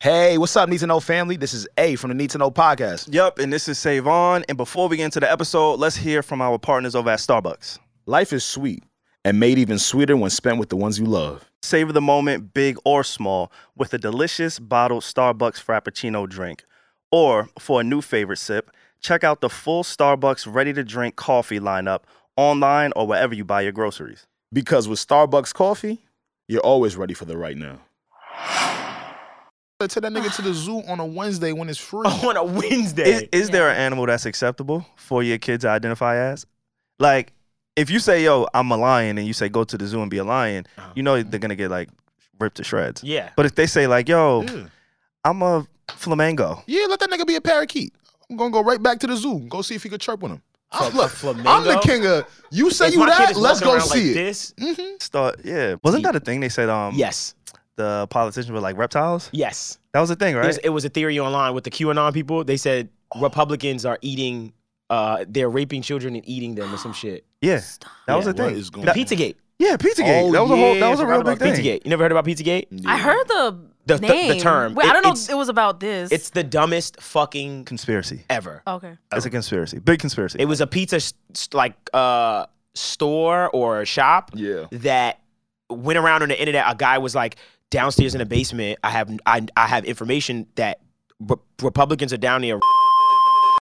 Hey, what's up, Need to Know family? This is A from the Need to Know podcast. Yep, and this is Save On. And before we get into the episode, let's hear from our partners over at Starbucks. Life is sweet and made even sweeter when spent with the ones you love. Savor the moment, big or small, with a delicious bottled Starbucks Frappuccino drink. Or for a new favorite sip, check out the full Starbucks ready to drink coffee lineup online or wherever you buy your groceries. Because with Starbucks coffee, you're always ready for the right now. Tell that nigga to the zoo on a Wednesday when it's free. Oh, on a Wednesday. Is, is there an animal that's acceptable for your kid to identify as? Like, if you say, yo, I'm a lion, and you say, go to the zoo and be a lion, you know they're gonna get like ripped to shreds. yeah. But if they say, like, yo, Yeah. I'm a flamingo. Yeah, let that nigga be a parakeet. I'm gonna go right back to the zoo. Go see if he could chirp with him. I'm, Fl- look, flamingo? I'm the king of. You say If you my kid that? is Let's walking go around like see it. This, Mm-hmm. Start, yeah. Wasn't that a thing they said? Um, yes, The politicians were like reptiles. yes. That was a thing, right? There's- It was a theory online with the QAnon people. They said Republicans are eating, uh, they're raping children and eating them or some shit. yeah, that was Yeah. a thing. What is going That- Pizzagate. Yeah, PizzaGate. Oh, that was a whole. yeah, That was a forgot real about big thing. Pizzagate. You never heard about Pizzagate? I heard the The- the- the name. term. Wait, It- I don't know it's- if it was about this. It's the dumbest fucking Conspiracy. ever. okay. Oh. It's a conspiracy. Big conspiracy. It was a pizza s- s- like uh, store or shop Yeah. that went around on the internet. A guy was like, downstairs in the basement, I have I, I have information that re- Republicans are down there s-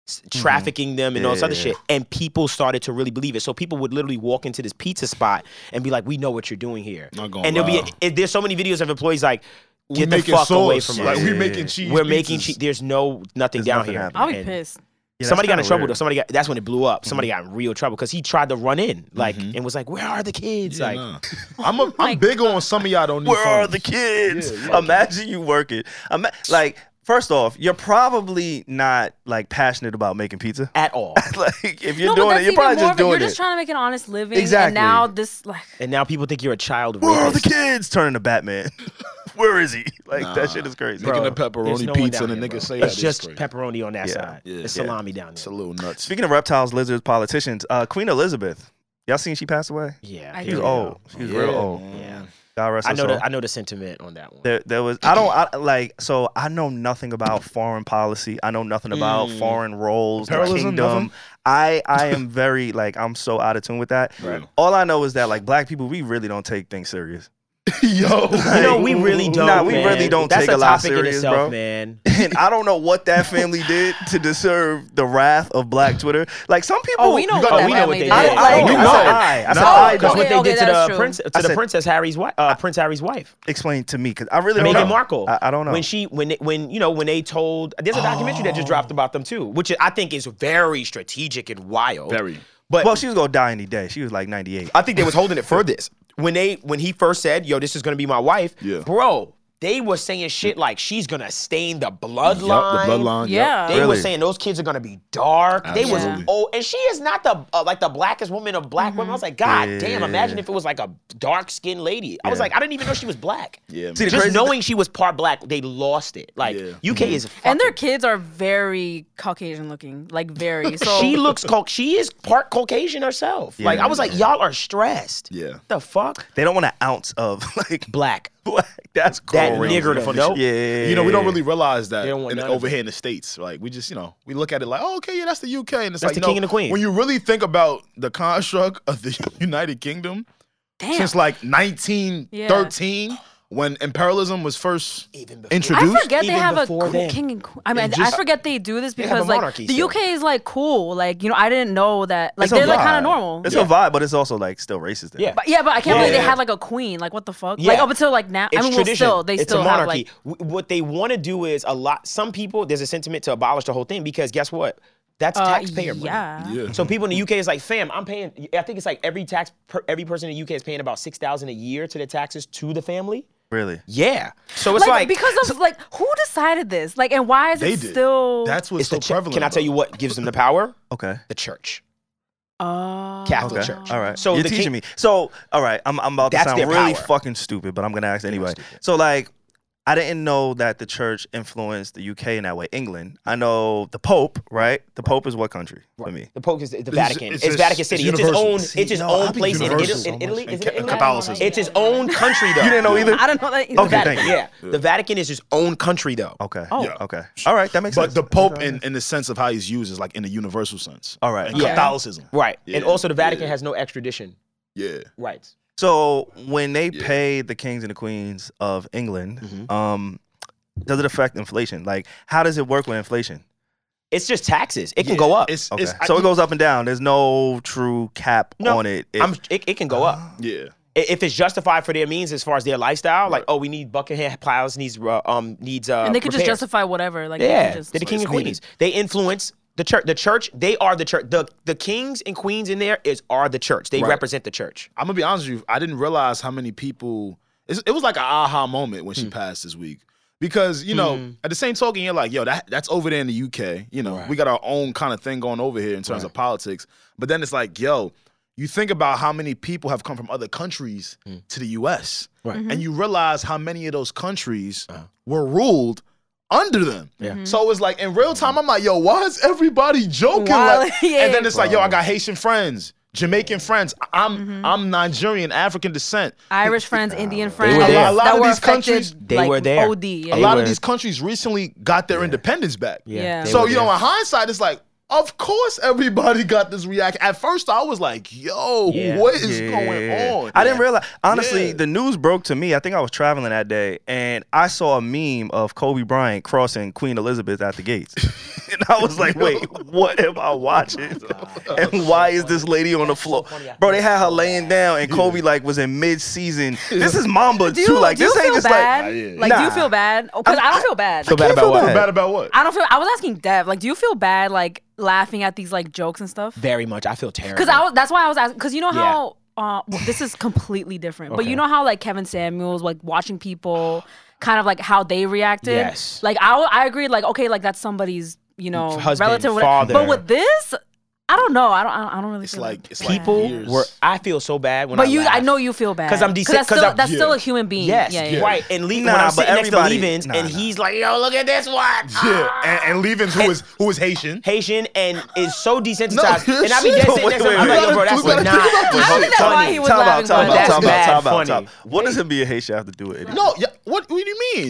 Mm-hmm. trafficking them and all this other Yeah. shit. And people started to really believe it. So people would literally walk into this pizza spot and be like, "We know what you're doing here." Not gonna And there'll be lie. it, there's so many videos of employees like, We "Get the making fuck away sauce. from Like us." we Yeah. making cheese. We're making pizzas. cheese. There's no nothing There's down nothing here. happening. I'll be And- pissed. Yeah, that's somebody got in kinda trouble weird. though. Somebody got that's when it blew up. Somebody Mm-hmm. got in real trouble because he tried to run in, like, and was like, "Where are the kids?" Yeah, like, nah. I'm a, I'm big on some of y'all don't need. Where are the phones. kids? Yeah, yeah. Imagine you working. Ima- like, first off, you're probably not like passionate about making pizza. at all. like, if you're no, but doing that's it, you're probably even more just of it. You're doing just it. trying to make an honest living. Exactly. And now this like and now people think you're a child Where are the rapist. kids? Turning to Batman. Where is he? Like Nah. that shit is crazy. Making Bro, a pepperoni there's no one pizza down and a here, nigga bro. say that it's is just crazy. pepperoni on that Yeah. side. Yeah. It's Yeah. salami down It's there. a little nuts. Speaking of reptiles, lizards, politicians, uh, Queen Elizabeth. Y'all seen she passed away? yeah, I She was here Yeah. we go. old. She was Yeah, real old. man. Yeah. God rest I her soul. know. The, I know the sentiment on that one. There, there was. I don't I, like. So I know nothing about foreign policy. I know nothing about Mm. foreign roles, the Imperialism, kingdom. nothing? I I am very like I'm so out of tune with that. Right. All I know is that like black people, we really don't take things serious. Yo, you know, we really don't. Nah, we man. really don't That's take a a lot topic serious, in itself, bro. man. and I don't know what that family did to deserve the wrath of Black Twitter. Like some people. oh, we know got- what we that know what family they did. did. I, don't- I, Like, don't- You I know. said I. I said No, I. that's Just okay, what they okay, did to the that's true. prince, to I the said- Princess Harry's wife, uh, Prince Harry's wife. explain to me because I really don't know. Meghan Markle. I, I don't know. When she, when it, when you know, when they told, there's a documentary that just dropped about them too, which I think is very strategic and wild. Very. But well, she was gonna die any day. She was like 98. I think they was holding it for this. When they, when he first said, "Yo, this is gonna be my wife," Yeah. bro, they were saying shit like she's gonna stain the bloodline. Yup, the bloodline. yup. Yeah. They were saying those kids are gonna be dark. They was Absolutely. oh, and she is not the uh, like the blackest woman of black women. I was like, Mm-hmm. God damn! Imagine if it was like a dark skinned lady. I was Yeah. like, I didn't even know she was black. Yeah, See, the Just crazy knowing she was part black, they lost it. Like Yeah. Mm-hmm. UK is fucking, And their kids are very Caucasian looking, like very. So she looks Cau- she is part Caucasian herself. like I was like, y'all are stressed. Yeah. the fuck, They don't want an ounce of like black. black. That's That crazy. nigger to know. Yeah. You know, we don't really realize that They don't want in, none of over it. here in the states. Like we just, you know, we look at it like, oh, okay, yeah, that's the UK, and it's like That's the you know, king and the queen. When you really think about the construct of the United Kingdom damn. since like 1913, when imperialism was first Even before- I introduced. forget they even have a before cool then. king and queen. I mean, And just- I forget they do this have a because like monarchy the still. UK is like cool. Like you know, I didn't know that. Like It's a they're like vibe. kind of normal. It's Yeah. a vibe, but it's also like still racist. there. Yeah. But yeah, but I can't Yeah. believe they Yeah. had like a queen. Like what the fuck? Like Yeah. up until like now. It's I mean, well, tradition. still they it's still a have monarchy. like W- what they want to do is a lot. Some people there's a sentiment to abolish the whole thing because guess what? That's uh, taxpayer money. yeah. yeah. So people in the UK is like, fam, I'm paying. I think it's like every tax, per, every person in the UK is paying about six thousand a year to the taxes to the family. Really. Yeah. So it's like, Like, because of like who decided this? Like and why is they it did. still? That's what's it's so the ch- prevalent. Can I tell you what gives them the power? Okay. The church, Oh. Catholic Okay. Church. All right. So So you're the teaching king- me. So all right, I'm I'm about to That's sound their really power. fucking stupid, but I'm gonna ask anyway. stupid. So like, I didn't know that the church influenced the UK in that way. England. I know the Pope, right? The Pope is what country for me? The Pope is the, the Vatican. It's, it's just- Vatican it's City. It's, its universal. own. See, it's its no, I own be place in, Italy. universal so in much. Italy. Is it And Italy? Catholicism. It's its own country though. You didn't know either? I don't know that. Okay, that- thank you. Yeah, the Vatican is its own country though. Okay. Oh. Yeah. Okay. All right. That makes But sense. the Pope, in, in the sense of how he's used, is like in the universal sense. All right. And Yeah. Catholicism. Right, and Yeah, also the Vatican yeah. has no extradition Yeah. rights. So when they Yeah. pay the kings and the queens of England, um, does it affect inflation? Like, how does it work with inflation? It's just taxes. It can go up. It's, Okay. it's I- so it goes up and down. There's no true cap No, on it. If- I'm, it, it can go up. Yeah. I- if it's justified for their means as far as their lifestyle, like oh, we need Buckingham Palace needs uh, um needs uh And they could just repairs. justify whatever. Like they could yeah just- they're the king it's and queens they influence the church the church they are the church the the kings and queens in there is are the church they Right. represent the church I'm gonna be honest with you. I didn't realize how many people. It's, it was like an aha moment when she passed this week because you know Hmm. at the same token you're like, yo, that that's over there in the UK. You know, we got our own kind of thing going over here in terms of politics. But then it's like, yo, you think about how many people have come from other countries to the US, Right. Mm-hmm. and you realize how many of those countries were ruled. Under them, Mm-hmm. yeah. so it's like in real time. I'm like, yo, why is everybody joking? Why- Like, yeah. and then it's like, yo, I got Haitian friends, Jamaican friends. I'm Mm-hmm. I'm Nigerian, African descent. Irish friends, Indian friends. were there. that A lot of were these countries, affected, they like, were there. OD. A Yeah. lot were- of these countries recently got their independence back. Yeah. they So were you there. know, in hindsight, it's like, of course, everybody got this reaction. At first, I was like, yo, Yeah. what is Yeah. going on? I didn't realize. Honestly, Yeah. the news broke to me. I think I was traveling that day, and I saw a meme of Kobe Bryant crossing Queen Elizabeth at the gates, and I was like, "Wait, what am I watching? and why is this lady on the floor, bro? They had her laying down, and Kobe like was in mid-season. This is Mamba Do you, too. Like do you this ain't feel just bad? Nah, Like, yeah. do you Nah. feel bad? Because I don't feel bad. so bad can't about feel what bad. Bad about what? I don't feel. I was asking Dev. Like, do you feel bad like laughing at these like jokes and stuff? very much i feel terrible Because I was, that's why I was asking. Because you know Yeah. how uh, well, this is completely different. But Okay. you know how like Kevin Samuels like watching people, kind of like how they reacted. Yes. Like I I agreed. Like okay, like that's somebody's you know Husband, relative. whatever. father. But with this, I don't know. I don't. I don't- I don't really. It's feel like- it's like people years. were i feel so bad when but I you, laugh. I know you feel bad 'Cause I'm decent- that's 'cause still, I'm- that's still yeah. a human being. yes Yeah, yeah. right and Lee, when Nah, i'm but sitting next to everybody- Levens nah, and nah. he's like yo look at this one Yeah, Ah. and, and Levens, who is who is Haitian. Haitian and is so desensitized, and I be shit. dead sitting next to him. I'm Wait, wait, like, yo, bro, wait. that's We gotta- not. we gotta- funny. I think that's why he was Time out, laughing, time but out, that's time out, bad time out, funny. time out. What does it be a Haitian have to do with it? No, yeah, what, what do you mean?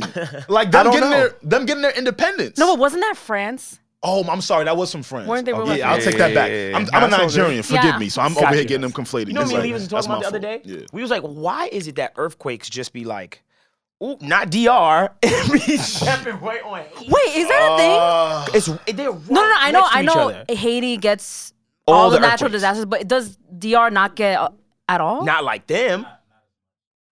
Like them don't getting know. their them getting their independence. No, but wasn't that France? Oh, I'm sorry. That was some friends. Weren't they Yeah, related? I'll take that back. Yeah, yeah, I'm, yeah. I'm a That's all Nigerian. good. Forgive Yeah. me. So I'm Got over here you. getting them conflated. You know It's what me like, and Lee was that's talking about my the other day? fault. Yeah. We was like, why is it that earthquakes just be like, ooh, not DR, and be stepping right on Haiti? Wait, is that a thing? Uh, It's they're right No, no, no. I know, next to I each know. other. Haiti gets All all, the the, natural earthquakes. disasters, but does DR not get uh, at all? Not like them.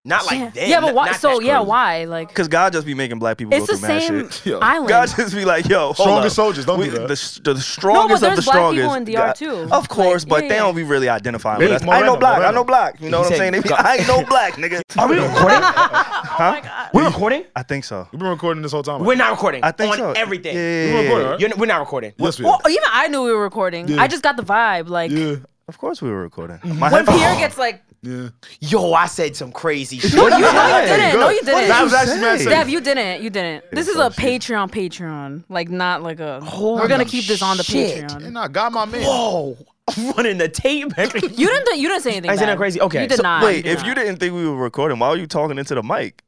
Not like yeah. them. Yeah, but Not- why? not So that yeah, crazy. why? Like Because God just be making black people it's go the through mad same shit. Yo. island. God just be like, yo, hold Strongest up. soldiers, don't we, do that. The, the strongest of the there's black strongest. people in DR God- too. Of course, Like, but yeah, they yeah. don't be really identifying Big with us. I know Moreno, black. I Moreno. know black. You know He what I'm said saying? They be, God- I ain't no black, nigga. Are we recording? Oh my god. We're recording? I think so. We've been recording this whole time. We're not recording. I think on so. everything. Yeah, yeah, We're yeah, recording, yeah. right? You're, we're not recording. Yes, we Well, are. even I knew we were recording. Yeah. I just got the vibe. Like Yeah, Of course we were recording. My when headphones- Pierre gets like, yeah. Yo, I said some crazy shit. no, you, no, you didn't. No, you What did you didn't. say? That was actually Dev, you didn't. You didn't. This is a Patreon, Patreon. Like not like a. we're gonna keep this on the shit. Patreon. And I got my man. Whoa, I'm running the tape back. You didn't. do- You didn't say anything. I said bad. that crazy? Okay, You did so- not. Wait, did if not. you didn't think we were recording, why were you talking into the mic?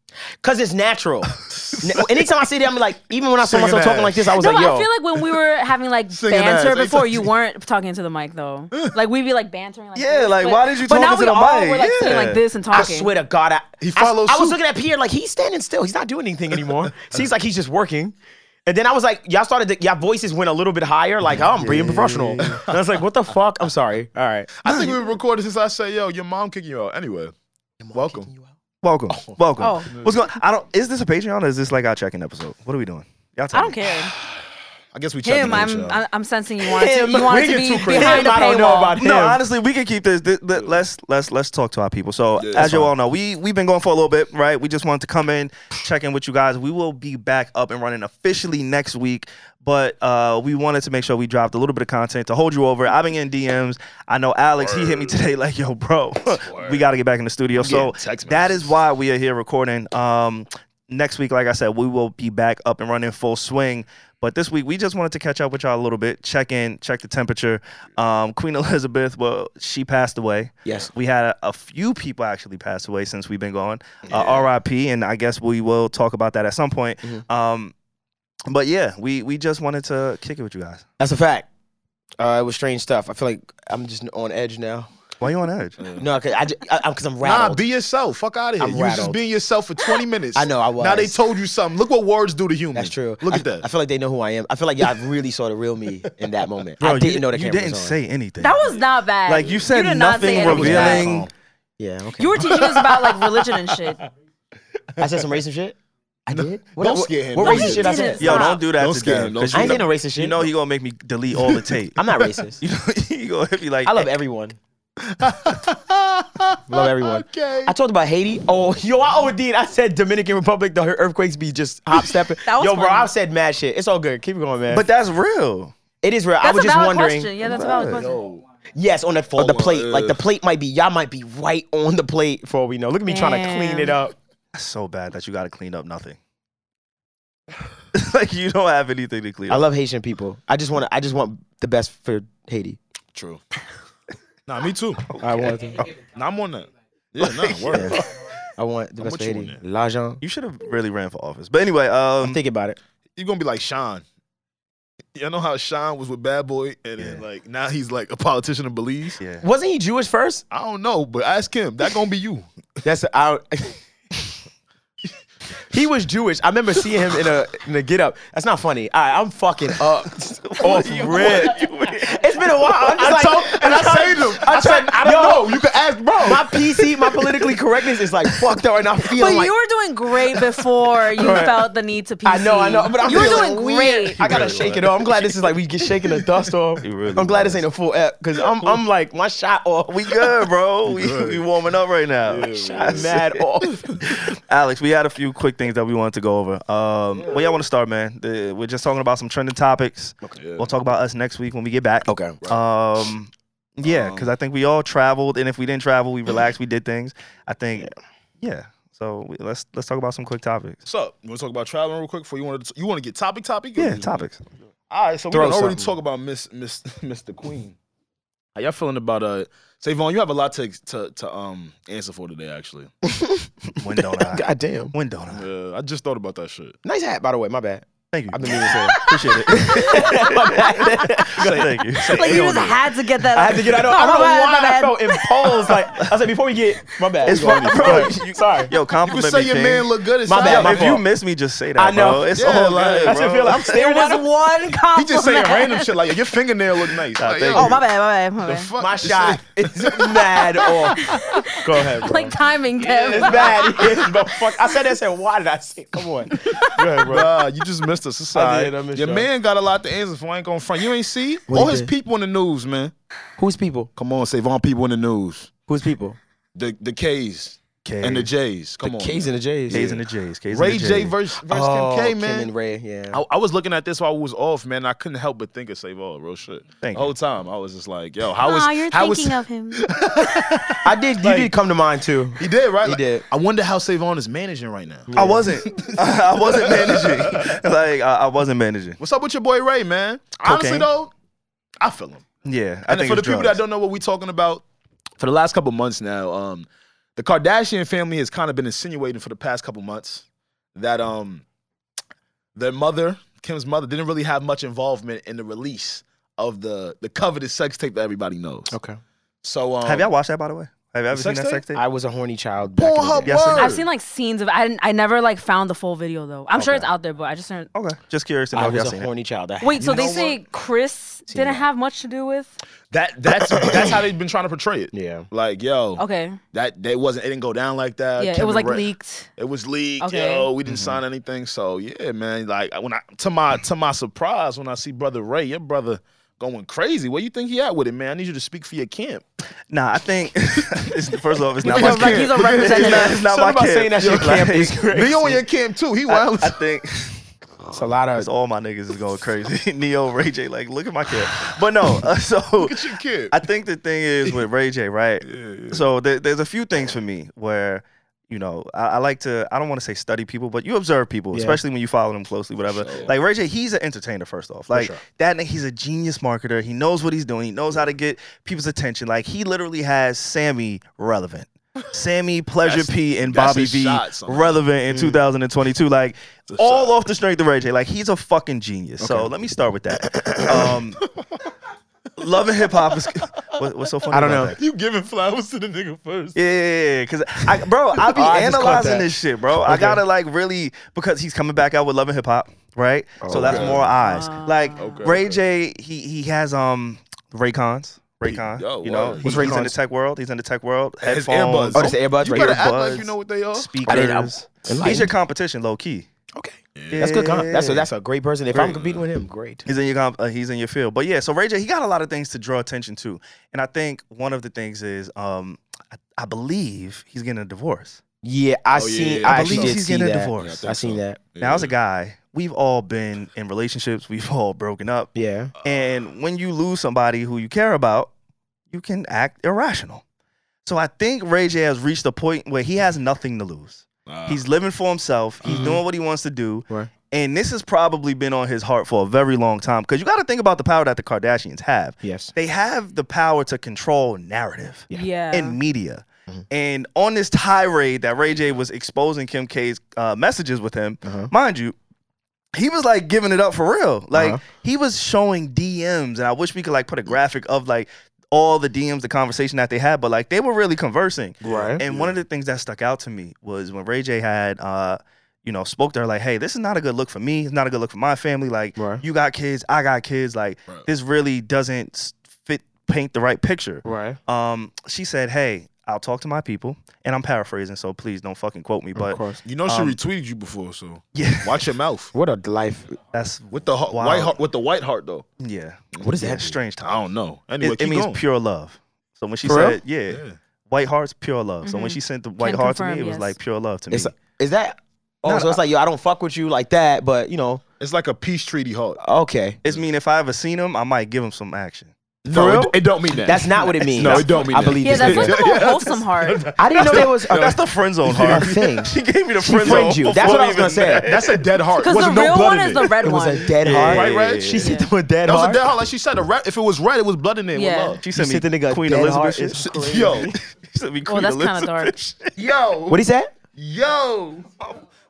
Cause it's natural. Na- Anytime I sit there, I'm like, even when I saw Singing myself talking ass. like this, I was No, like, but yo. I feel like when we were having like Singing banter ass, like before, something. you weren't talking to the mic though. Like we'd be like bantering. Like Yeah, this, like, but- why did you But talk now into we the all mic? were like sitting Yeah. like this and I talking. swear to God, I, He I s- follows I, was suit. looking at Pierre like he's standing still. He's not doing anything anymore. Seems like he's just working. And then I was like, y'all started, to, y'all voices went a little bit higher. Like, "Oh, I'm being professional. And I was like, what the fuck? I'm sorry. All right. I think we recorded since I said, yo, your mom kicking you out. Anyway, welcome. Welcome. Welcome. Oh. What's going I don't is this a Patreon or is this like our check-in episode? What are we doing? Y'all tell I don't me. care. I guess we checked Him, in with I'm, y'all. I'm I'm sensing you wanted Him, to, you wanted we to get be too crazy. behind a Him, I don't know paywall. about No, him. honestly, we can keep this. Th- th- let's let's let's talk to our people. So, Yeah, as that's you all fine. know, we we've been going for a little bit, right? We just wanted to come in, check in with you guys. We will be back up and running officially next week, but uh, we wanted to make sure we dropped a little bit of content to hold you over. I've been in DMs. I know Alex. He hit me today, like, "Yo, bro, we got to get back in the studio." So getting text that is why we are here recording. Um, next week, like I said, we will be back up and running full swing. But this week, we just wanted to catch up with y'all a little bit, check in, check the temperature. Um, Queen Elizabeth, well, she passed away. Yes. We had a, a few people actually pass away since we've been gone. Uh, RIP, and I guess we will talk about that at some point. Mm-hmm. Um, but yeah, we, we just wanted to kick it with you guys. That's a fact. Uh, it was strange stuff. I feel like I'm just on edge now. Why you on edge? No, cause I, ju- I, I'm because I'm Nah, rattled. be yourself. Fuck out of here. I'm you was just rattled. being yourself for 20 minutes. I know, I was. Now they told you something. Look what words do to humans. That's true. Look I- at that. I feel like they know who I am. I feel like y'all really saw the real me in that moment. I didn't Oh, you, know the You camera didn't was on. say anything. That was not bad. like you said did not say nothing anything bad. revealing. Yeah. Okay. You were teaching us about like religion and shit. I said some racist shit. I did. What, don't what- scare him. What No, racist you shit I didn't. said? Yo, Stop. don't do that Don't to scare Dan, him, don't 'cause I you ain't know- saying no racist shit. You know he gonna make me delete all the tape. I'm not racist. You know, he gonna hit me like I love everyone. love everyone. Okay. I talked about Haiti. Oh, yo, I OD'd. I said Dominican Republic. The earthquakes be just hop stepping. That was yo, bro, funny. I said mad shit. It's all good. Keep it going, man. But that's real. it is real. I That's was a just valid wondering. question. Yeah, that's a valid question. Yes, on the on the Oh, uh, plate. like the ugh. plate might be. Y'all might be right on the plate for all we know. Look at me trying to clean Damn. it up. That's so bad that you gotta clean up nothing. like you don't have anything to clean I up. love Haitian people. I just want. to I just want the best for Haiti. True. Nah, me too. I want. To, Nah, I'm on that. Yeah, nah, word. I want the best for with you on Haiti. L'argent. You should have really ran for office. But anyway, um, Think about it. You're gonna be like Sean. You know how Sean was with Bad Boy, and then Yeah. like now he's like a politician in Belize. yeah. Wasn't he Jewish first? I don't know, but ask him. That gonna be you. That's I. he was Jewish. I remember seeing him in a in a get up. That's not funny. All right, I'm fucking up off red. It's been a while. I'm just I like, told, and I saved him. I said, I don't know. You can ask, bro. my PC, my politically correctness is like fucked up, and I feel But like you were doing great before you Right. felt the need to PC. I know, I know, but I'm you were feeling doing weird. great. I gotta shake it off. I'm glad this is like we get shaking the dust off. It really I'm glad this was. ain't a full app because I'm I'm like my shot off. We good, bro. We, we warming up right now. I'm mad off. Alex, we had a few quick things that we wanted to go over. Um, Where y'all want to start, man? The- we're just talking about some trending topics. We'll talk about us next week when we get back. Okay. Um, yeah, because I think we all traveled, and if we didn't travel, we relaxed, we did things. I think, yeah. So we, let's let's talk about some quick topics. What's up? You want to talk about traveling real quick? Before you want to, you want to get topic, topic. Yeah, topics. All right, so Throw we done already something. talk about Miss Miss Mr. Queen. How y'all feeling about uh? Say, Vaughn, you have a lot to to, to um answer for today. Actually, When don't I? God damn. When don't I? uh, I just thought about that shit. Nice hat, by the way. My bad. Thank you. I've been meaning to say that. Appreciate it. My bad. Say thank you. Like you just had to get that. I had to get out. Oh, I don't know why I felt imposed. Like I said, before we get my bad. It's We gonna funny, get- bro. Sorry. Sorry. Yo, You compliment can say me, your King. man look good. It's My bad, all my right. if you fault. miss me, just say that, I know. bro. It's Yeah, all like, good, that's I bro. feel like I'm There staring was at him. one compliment. He just saying random shit like, "Your fingernail look nice." Nah, Like, thank yo, Oh my bad, my bad, my the bad. fuck My is shot that? is mad off. Go ahead, bro. Like timing, Kev. it's bad. It is, but fuck. I said that. I Said why did I say? Come on. Go ahead, bro. Bruh, you just missed us. It's all I did, I right. missed Your y'all. man got a lot to answer for. I ain't going to front. You ain't see What all he his did? people in the news, man. Who's people? Come on, save on people in the news. Who's people? The the K's K's. and the J's. Come on, K's and the J's. K's and the J's. K's Ray and J the J's. versus, versus Oh, Kim K, Kim man. and Ray. Yeah. I, I was looking at this while I was off, man. I couldn't help but think of Save All, real shit. Thank the you. whole time, I was just like, yo, how was Aw, you're how was thinking of him. I did. You did come to mind too. he did right? He Like, did. I wonder how Save On is managing right now. I wasn't. I wasn't managing. Like I, I wasn't managing. What's up with your boy Ray, man? Honestly Cocaine. though, I feel him. Yeah, I And think for the it's people drugs. that don't know what we're talking about, for the last couple months now, um, the Kardashian family has kind of been insinuating for the past couple months that um, their mother, Kim's mother, didn't really have much involvement in the release of the the coveted sex tape that everybody knows. Okay. So um, Have y'all watched that by the way? Have y'all ever seen sex that tape? sex tape? I was a horny child. Back in the Pornhub day. Yes, sir. word. I've seen like scenes of. I didn't. I never like found the full video though. I'm sure it's out there, but I just never. okay, just curious to know I if y'all was a seen it. horny child. I- Wait, so You they know say Chris didn't have much to do with. that that's that's how they've been trying to portray it. what? Yeah. Like yo, Okay. that they wasn't it didn't go down like that. Yeah, it Kim was and like Ray- leaked. It was leaked. Okay. Yo, we didn't sign anything. So yeah, man. Like when I to my to my surprise, when I see brother Ray, your brother going crazy. Where you think he at with it, man? I need you to speak for your camp. Nah, I think it's, first off, it's not He's my a, rep- he's kid. It's a not, representative. it's not Something my about kid. saying that shit Like, camp is crazy. Neo on your camp too. He I, wild. I think It's a lot of. it's all my niggas is going crazy. Neo, Ray J, like look at my kid. But no, uh, so Look at your kid. I think the thing is with Ray J, right? So there, there's a few things for me where you know, I, I like to, I don't want to say study people, but you observe people, Yeah. especially when you follow them closely, whatever. Like Ray J, he's an entertainer, first off. Like sure. that, nigga, he's a genius marketer. He knows what he's doing, he knows how to get people's attention. Like he literally has Sammy relevant. Sammy, Pleasure That's- P, and that's Bobby his V shot, son. relevant Mm. in 2022. Like It's a all shot. off the strength of Ray J. Like he's a fucking genius. So let me start with that. um, Love and hip hop is what, what's so funny. I don't about know. that? You giving flowers to the nigga first. Yeah, yeah, yeah. Because I, bro, I be Oh, I just caught analyzing that. this shit, bro. I gotta like really because he's coming back out with Love and Hip Hop, right? so that's Okay. more eyes. like Okay, Ray okay. J, he he has um Raycons. Raycon, Yo, you know, word. he's, What's he's in the Raycons? tech world. He's in the tech world. His Headphones, earbuds. Oh, that's the earbuds You right better here. act like you Earbuds. know what they are. speakers. I didn't- I- he's your Enlightened. competition, low key. Okay. That's good. con- That's a, that's a great person. If I'm competing with him, great. He's in your comp- uh, he's in your field, but yeah. So Ray J, he got a lot of things to draw attention to, and I think one of the things is, um, I, I believe he's getting a divorce. Yeah, I Oh, yeah, seen. yeah, I I actually believe did he's see getting a that. divorce. Yeah, I I think seen so. that. Now, as a guy, we've all been in relationships, we've all broken up, Yeah. and when you lose somebody who you care about, you can act irrational. So I think Ray J has reached a point where he has nothing to lose. Nah. He's living for himself. He's doing what he wants to do. Right. And this has probably been on his heart for a very long time. Because you got to think about the power that the Kardashians have. Yes. They have the power to control narrative Yeah. Yeah. and media. Mm-hmm. And on this tirade that Ray J was exposing Kim K's uh, messages with him, Uh-huh. mind you, he was like giving it up for real. Like Uh-huh. he was showing DMs, and I wish we could like put a graphic of like all the DMs, the conversation that they had, but like they were really conversing. Right. And one of the things that stuck out to me was when Ray J had, uh, you know, spoke to her like, "Hey, this is not a good look for me. It's not a good look for my family. Like, Right. you got kids, I got kids. Like, Right. this really doesn't s- fit paint the right picture." Right. Um, she said, "Hey, I'll talk to my people," and I'm paraphrasing, so please don't fucking quote me. But course. You know she Um, retweeted you before, so yeah, watch your mouth. What a life. that's With the ho- Wow. white heart, with the white heart though. yeah. What is yeah, that? Strange I time. don't know. It, Anyway, it keep means going. pure love. So when she For real? said, yeah, Yeah. white hearts, pure love. So when Mhm. she sent the white Can heart to me, confirm, it was yes. like pure love to me. It's is that? Oh, No, so it's like yo, I don't fuck with you like that, but you know, It's like a peace treaty heart. okay. It's mean if I ever seen him, I might give him some action. No, real? it, it don't mean that. That's not what it means. No, it don't mean I that. believe yeah, this that's nigga. like the more wholesome heart. I didn't know there was. That's the friend zone a heart. thing. she gave me the She friend zone. friend you. That's before what I was even gonna say. that. That's a dead heart. Because the Wasn't no real blood one in is it. the red It was one. a dead Yeah. heart. Right, right? She sent them a dead That was heart. a dead heart. Like she said, a red, if it was red, it was blood in it. Yeah. With love. She You sent me sent the nigga a Queen dead Elizabeth. heart. shit. It's Yo. crazy. she sent me Well, Queen Oh, that's kind Elizabeth. of dark. Yo, What is that? yo.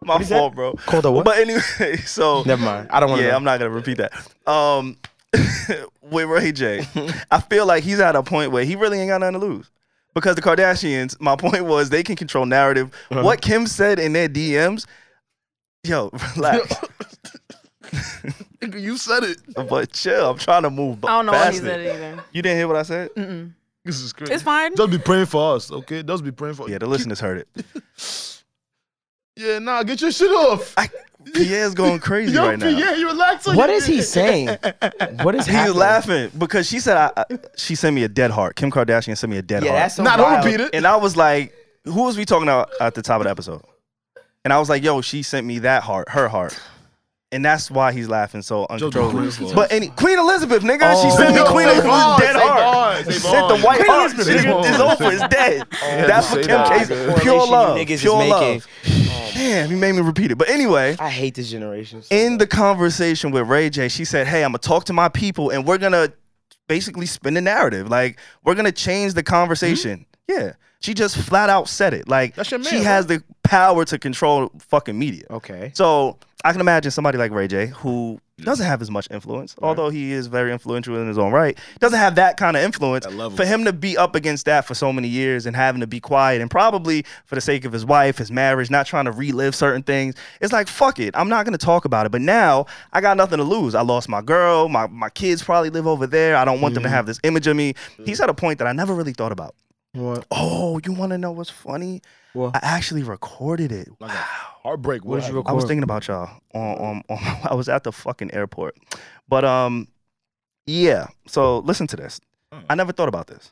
My fault, bro. Called a what? But anyway, so Never mind. I don't want to. yeah, know. I'm not gonna repeat that. Um, with Ray J, I feel like he's at a point where he really ain't got nothing to lose. Because the Kardashians, my point was they can control narrative. What Kim said in their DMs, yo, relax. Nigga, You said it. but chill. I'm trying to move. I don't know why he faster. said Mm. it either. You didn't hear what I said? This is crazy. It's fine. Just be praying for us, okay? Just be praying for Yeah, the listeners heard it. Yeah, nah, get your shit off. I, Pierre's going crazy Yo, right now. yeah, you relax. on What your- is he saying? What is He's laughing because she said I, I- she sent me a dead heart. Kim Kardashian sent me a dead Yeah, heart. that's so Nah, don't wild. repeat it. and I was like, who was we talking about at the top of the episode? And I was like, yo, she sent me that heart, her heart. And that's why he's laughing so uncontrollably. Just- But any Queen Elizabeth, nigga, she Oh. sent me Queen Save Elizabeth's on, dead save heart. on, save Sent the on. white Oh, Queen heart. Elizabeth. nigga, Save It's on. over. It's dead. had that's to for say Kim that. K's The pure correlation you love. niggas is Pure making. love. Damn, he made me repeat it. But anyway, I hate this generation. so in much. the conversation with Ray J, she said, "Hey, I'm gonna talk to my people, and we're gonna basically spin the narrative. Like we're gonna change the conversation." Yeah, she just flat out said it. Like Mm-hmm. That's your man, she bro. has the power to control fucking media. okay. So I can imagine somebody like Ray J who doesn't have as much influence, although he is very influential in his own right, doesn't have that kind of influence. That level. For him to be up against that for so many years and having to be quiet and probably for the sake of his wife, his marriage, not trying to relive certain things, it's like, fuck it, I'm not gonna talk about it. But now I got nothing to lose. I lost my girl, my, my kids probably live over there. I don't want them to Mm-hmm. have this image of me. He's at a point that I never really thought about. What? Oh, you wanna know what's funny? What? I actually recorded it. Like a heartbreak. What did you I was record? thinking about y'all. On, on, on, I was at the fucking airport, but um, yeah. So listen to this. I never thought about this.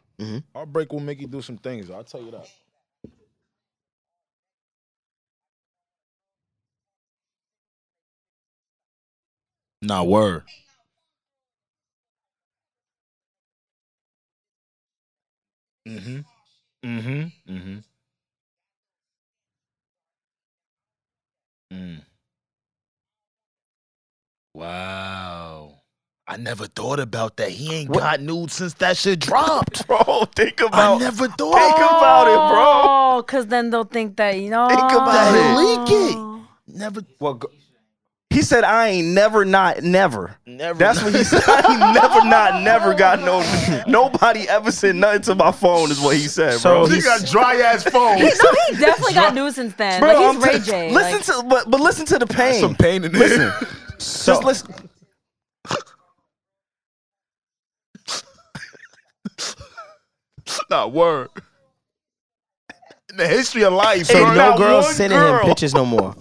Heartbreak will make you do some things. I'll tell you that. Nah, word. Mm-hmm. Mm-hmm. Mm-hmm. Mm. Wow. I never thought about that. He ain't got nude since that shit dropped. Bro, think I about never thought. Think about it, bro. Oh, cause then they'll think that you know. about it. Leak it. Never, Well, go- He said, I ain't never not never. never. That's what he said. I ain't never not never got no nobody ever said nothing to my phone is what he said, So bro. he he got dry ass phones. No, he definitely got news since then. Bro, like he's I'm Ray t- J. Listen like, to but but listen to the pain. Some pain in there. Just listen. Not word. In the history of life, so bro. no not girls one sending girl. him pictures no more.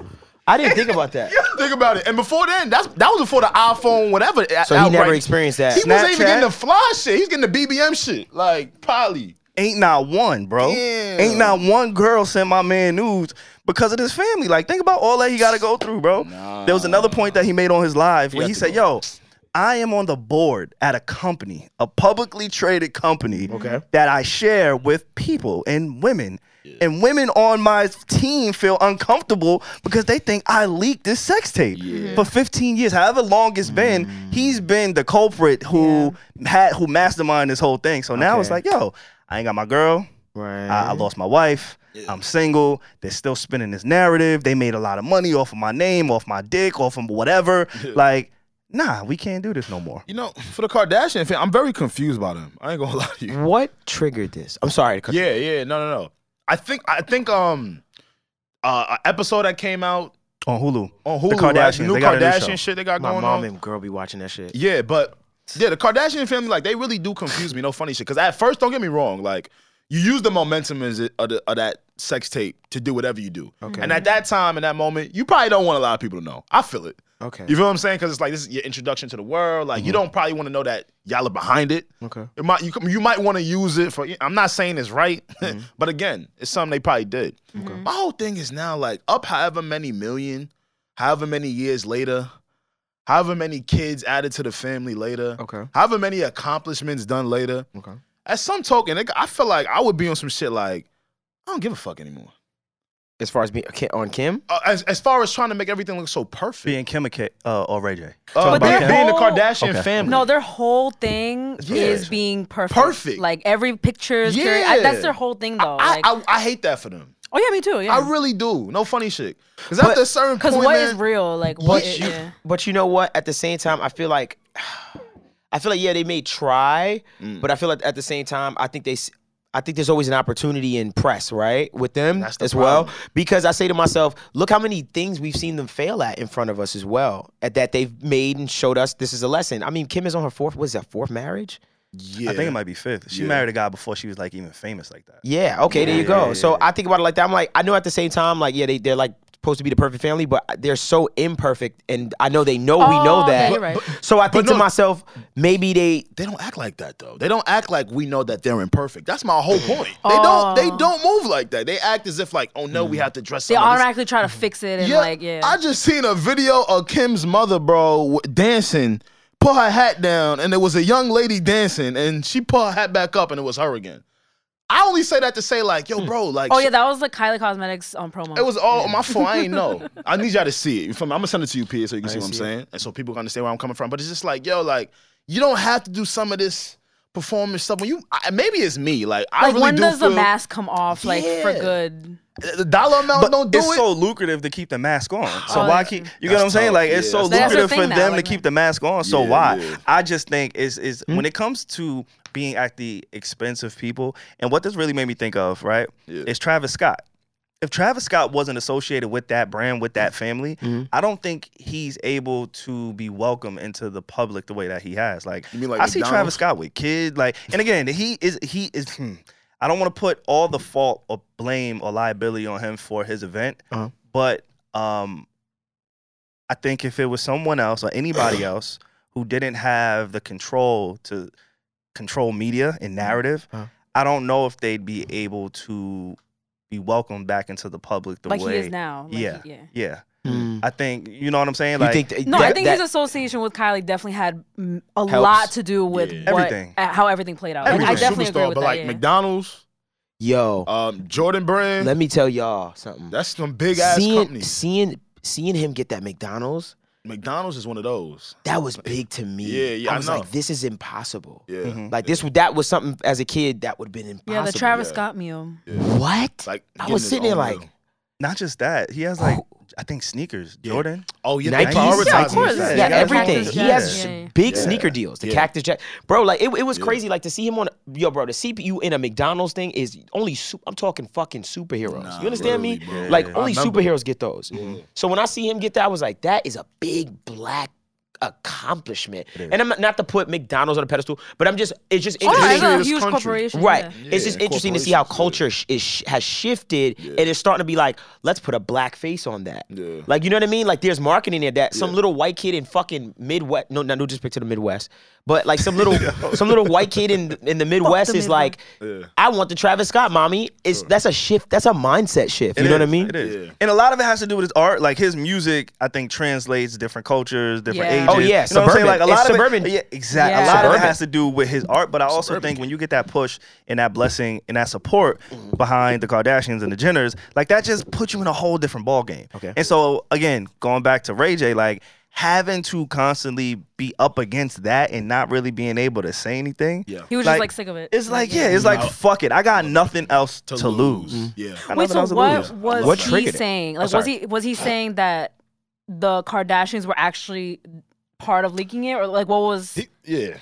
I didn't think about that. Think about it. And before then, that's that was before the iPhone, whatever. uh, So he never experienced that. He wasn't even Snapchat. getting the fly shit. He's getting the BBM shit. Like Polly. Ain't not one, bro. Damn. Ain't not one girl sent my man nudes because of his family. Like, think about all that he got to go through, bro. There was another point that he made on his live where he said, "Yo, I am on the board at a company, a publicly traded company that I share with people and women." And women on my team feel uncomfortable because they think I leaked this sex tape for 15 years. However long it's been, he's been the culprit who had who masterminded this whole thing. So now it's Okay. like, yo, I ain't got my girl. Right. I, I lost my wife. I'm single. They're still spinning this narrative. They made a lot of money off of my name, off my dick, off of whatever. Like, nah, we can't do this no more. You know, for the Kardashian fan, I'm very confused by them. I ain't gonna lie to you. What triggered this? I'm sorry. To cut Yeah, yeah, no, no, no. I think I think um uh an episode that came out On Hulu. on Hulu, The right? Kardashians. new they got a new show. Kardashian shit they got My going mom on. and girl be watching that shit. Yeah, but yeah, the Kardashian family, like they really do confuse me. No funny shit. Because at first, don't get me wrong, like you use the momentum is of, the, of that sex tape to do whatever you do. Okay. And at that time, in that moment, you probably don't want a lot of people to know. I feel it. Okay. You feel what I'm saying? Because it's like this is your introduction to the world. Like you don't probably want to know that y'all are behind it. Okay. It might you com- you might want to use it for. I'm not saying it's right, Mm-hmm. but again, it's something they probably did. My whole thing is now like up however many million, however many years later, however many kids added to the family later, Okay. however many accomplishments done later. Okay. At some token, it, I feel like I would be on some shit like I don't give a fuck anymore. As far as being on Kim, Uh, as as far as trying to make everything look so perfect, Being Kim or, K, uh, or Ray J. Uh, But being, their being the whole- Kardashian Okay. family. no, their whole thing Yeah. is being perfect. Perfect. Like every picture is curi- Yeah. I, that's their whole thing though. I, Oh, like, I, I hate that for them. oh yeah, me too. Yeah. I really do. No funny shit. Because after a certain Because point, what man, is real? Like what? But Is, you- yeah. but you know what? At the same time, I feel like, I feel like yeah, they may try, Mm. but I feel like at the same time, I think they. s- I think there's always an opportunity in press, right, with them That's the as well. problem. Because I say to myself, look how many things we've seen them fail at in front of us as well, at that they've made and showed us this is a lesson. I mean, Kim is on her fourth, what is that fourth marriage? yeah. I think it might be fifth. She Yeah. married a guy before she was like even famous like that. Yeah. Okay. there you go. So I think about it like that. I'm like, I know at the same time, like, yeah, they they're like supposed to be the perfect family, but they're so imperfect, and I know they know we Oh, know okay, that. you're right. So I think But to no- myself, maybe they. they don't act like that though. They don't act like we know that they're imperfect. That's my whole point. They don't. They don't move like that. They act as if like, oh no, we have to dress. Oh. They up like this. automatically try to fix it and like yeah. I just seen a video of Kim's mother, bro, w- dancing. Put her hat down, and there was a young lady dancing, and she put her hat back up, and it was her again. I only say that to say like, yo, bro, like, oh she- yeah, that was the Kylie Cosmetics um, promo. It was all on my phone. I ain't know. I need y'all to see it. You feel me? I'm gonna send it to you, P, so you can see what I'm saying, and so people can understand where I'm coming from. But it's just like, yo, like you don't have to do some of this performance stuff. When you I, maybe it's me. Like I like really when do does feel the mask come off? Like for Yeah. good. the dollar amount don't do it's it. so lucrative to keep the mask on. So why Oh, that's- keep? You get what I'm saying? tough. Like it's Yeah, so that's tough. lucrative for That's the thing them now, to like- keep the mask on. So Yeah, why? yeah. I just think is is Hmm? when it comes to being at the expense of people, and what this really made me think of, right? Is Travis Scott. If Travis Scott wasn't associated with that brand, with that family, Hmm? I don't think he's able to be welcome into the public the way that he has. Like, You mean like I see McDonald's? Travis Scott with kid, like, and again, he is he is. hmm, I don't want to put all the fault or blame or liability on him for his event, Uh-huh. but um, I think if it was someone else or anybody else who didn't have the control to control media and narrative, Uh-huh. I don't know if they'd be able to be welcomed back into the public the Like way he is now. Like, yeah, he- yeah. yeah. Mm. I think you know what I'm saying. You Like think th- No, I that- think that- his association with Kylie definitely had mm, a Helps. lot to do with Yeah. what, Everything. uh, how everything played out. Like, Everything. I definitely agree Superstar, with but that. like yeah. McDonald's, yo, um, Jordan Brand, let me tell y'all something. that's some big ass seeing companies. seeing seeing him get that McDonald's, McDonald's is one of those. that was big to me. Yeah, yeah, I I was know. like, this is impossible. Yeah. Mm-hmm. Like this, would that was something as a kid that would have been impossible. Yeah, the Travis Scott meal. What? Like I getting was his sitting there own like, meal. Not just that. He Oh. has like I think sneakers. Jordan. Oh, yeah, Nike, they Nikes, prioritizing of course. that. Yeah, yeah, you gotta everything. practice He that. has Yeah, yeah, yeah. big sneaker deals. The Yeah. Cactus Jack, bro. Like it, it was Yeah. crazy. Like to see him on, yo, bro. To see you in a McDonald's thing is only. Su- I'm talking fucking superheroes. Nah, you understand me? really, bro. Like Yeah. only I remember. superheroes get those. So when I see him get that, I was like, that is a big black accomplishment. And I'm not, not to put McDonald's on a pedestal, but I'm just. It's just Oh, the it's interesting. history a of huge this country. corporation. Right. yeah. It's just Yeah. interesting to see how Corporations, culture sh- is, sh- has shifted and it's starting to be like, let's put a black face on that. Yeah. Like, you know what I mean? Like, there's marketing in that. Some little white kid in fucking Midwest, no, no, no disrespect to the Midwest, but like some little some little white kid in, in the Midwest is Midwest. like, I want the Travis Scott, mommy. It's That's a shift. That's a mindset shift. You It know what I is, mean? It is. Yeah. And a lot of it has to do with his art. Like his music, I think translates different cultures, different Yeah. ages. Oh, yeah, you know what I'm saying? suburban. Like a It's lot of suburban. It, yeah, exactly. Yeah. A lot of Suburban. it has to do with his art, but I also think when you get that push and that blessing and that support behind the Kardashians and the Jenners, like that just puts you in a whole different ball game. Okay. And so again, going back to Ray J, like having to constantly be up against that and not really being able to say anything. Yeah. He was just like sick of it. It's like yeah, it's like fuck it. I got nothing else to, lose. Yeah. I got nothing Wait, so else to what lose. was What he triggered it? saying? Oh, Like, was sorry. he was he saying that the Kardashians were actually part of leaking it, or like what was? He- yeah.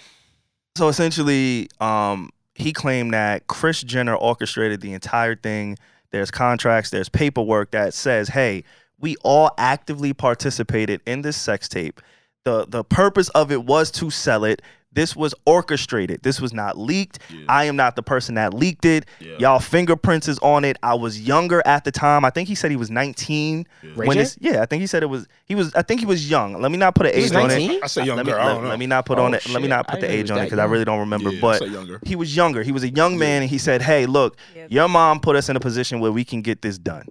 So essentially, um, he claimed that Chris Jenner orchestrated the entire thing. There's contracts, there's paperwork that says, hey, we all actively participated in this sex tape. The the purpose of it was to sell it. This was orchestrated. This was not leaked. I am not the person that leaked it. Y'all fingerprints is on it. I was younger at the time. I think he said he was 19 Ray when J? this yeah, I think he said it was he was I think he was young. Let me not put an He was age on 19? it. I say young Let me, girl. I let- don't know. let me not put on Oh, it. Let me shit. not I put the didn't know age he on it was because that I really don't remember. Yeah, but so younger. he was younger. He was a young man, and he said, "Hey, look, your mom put us in a position where we can get this done,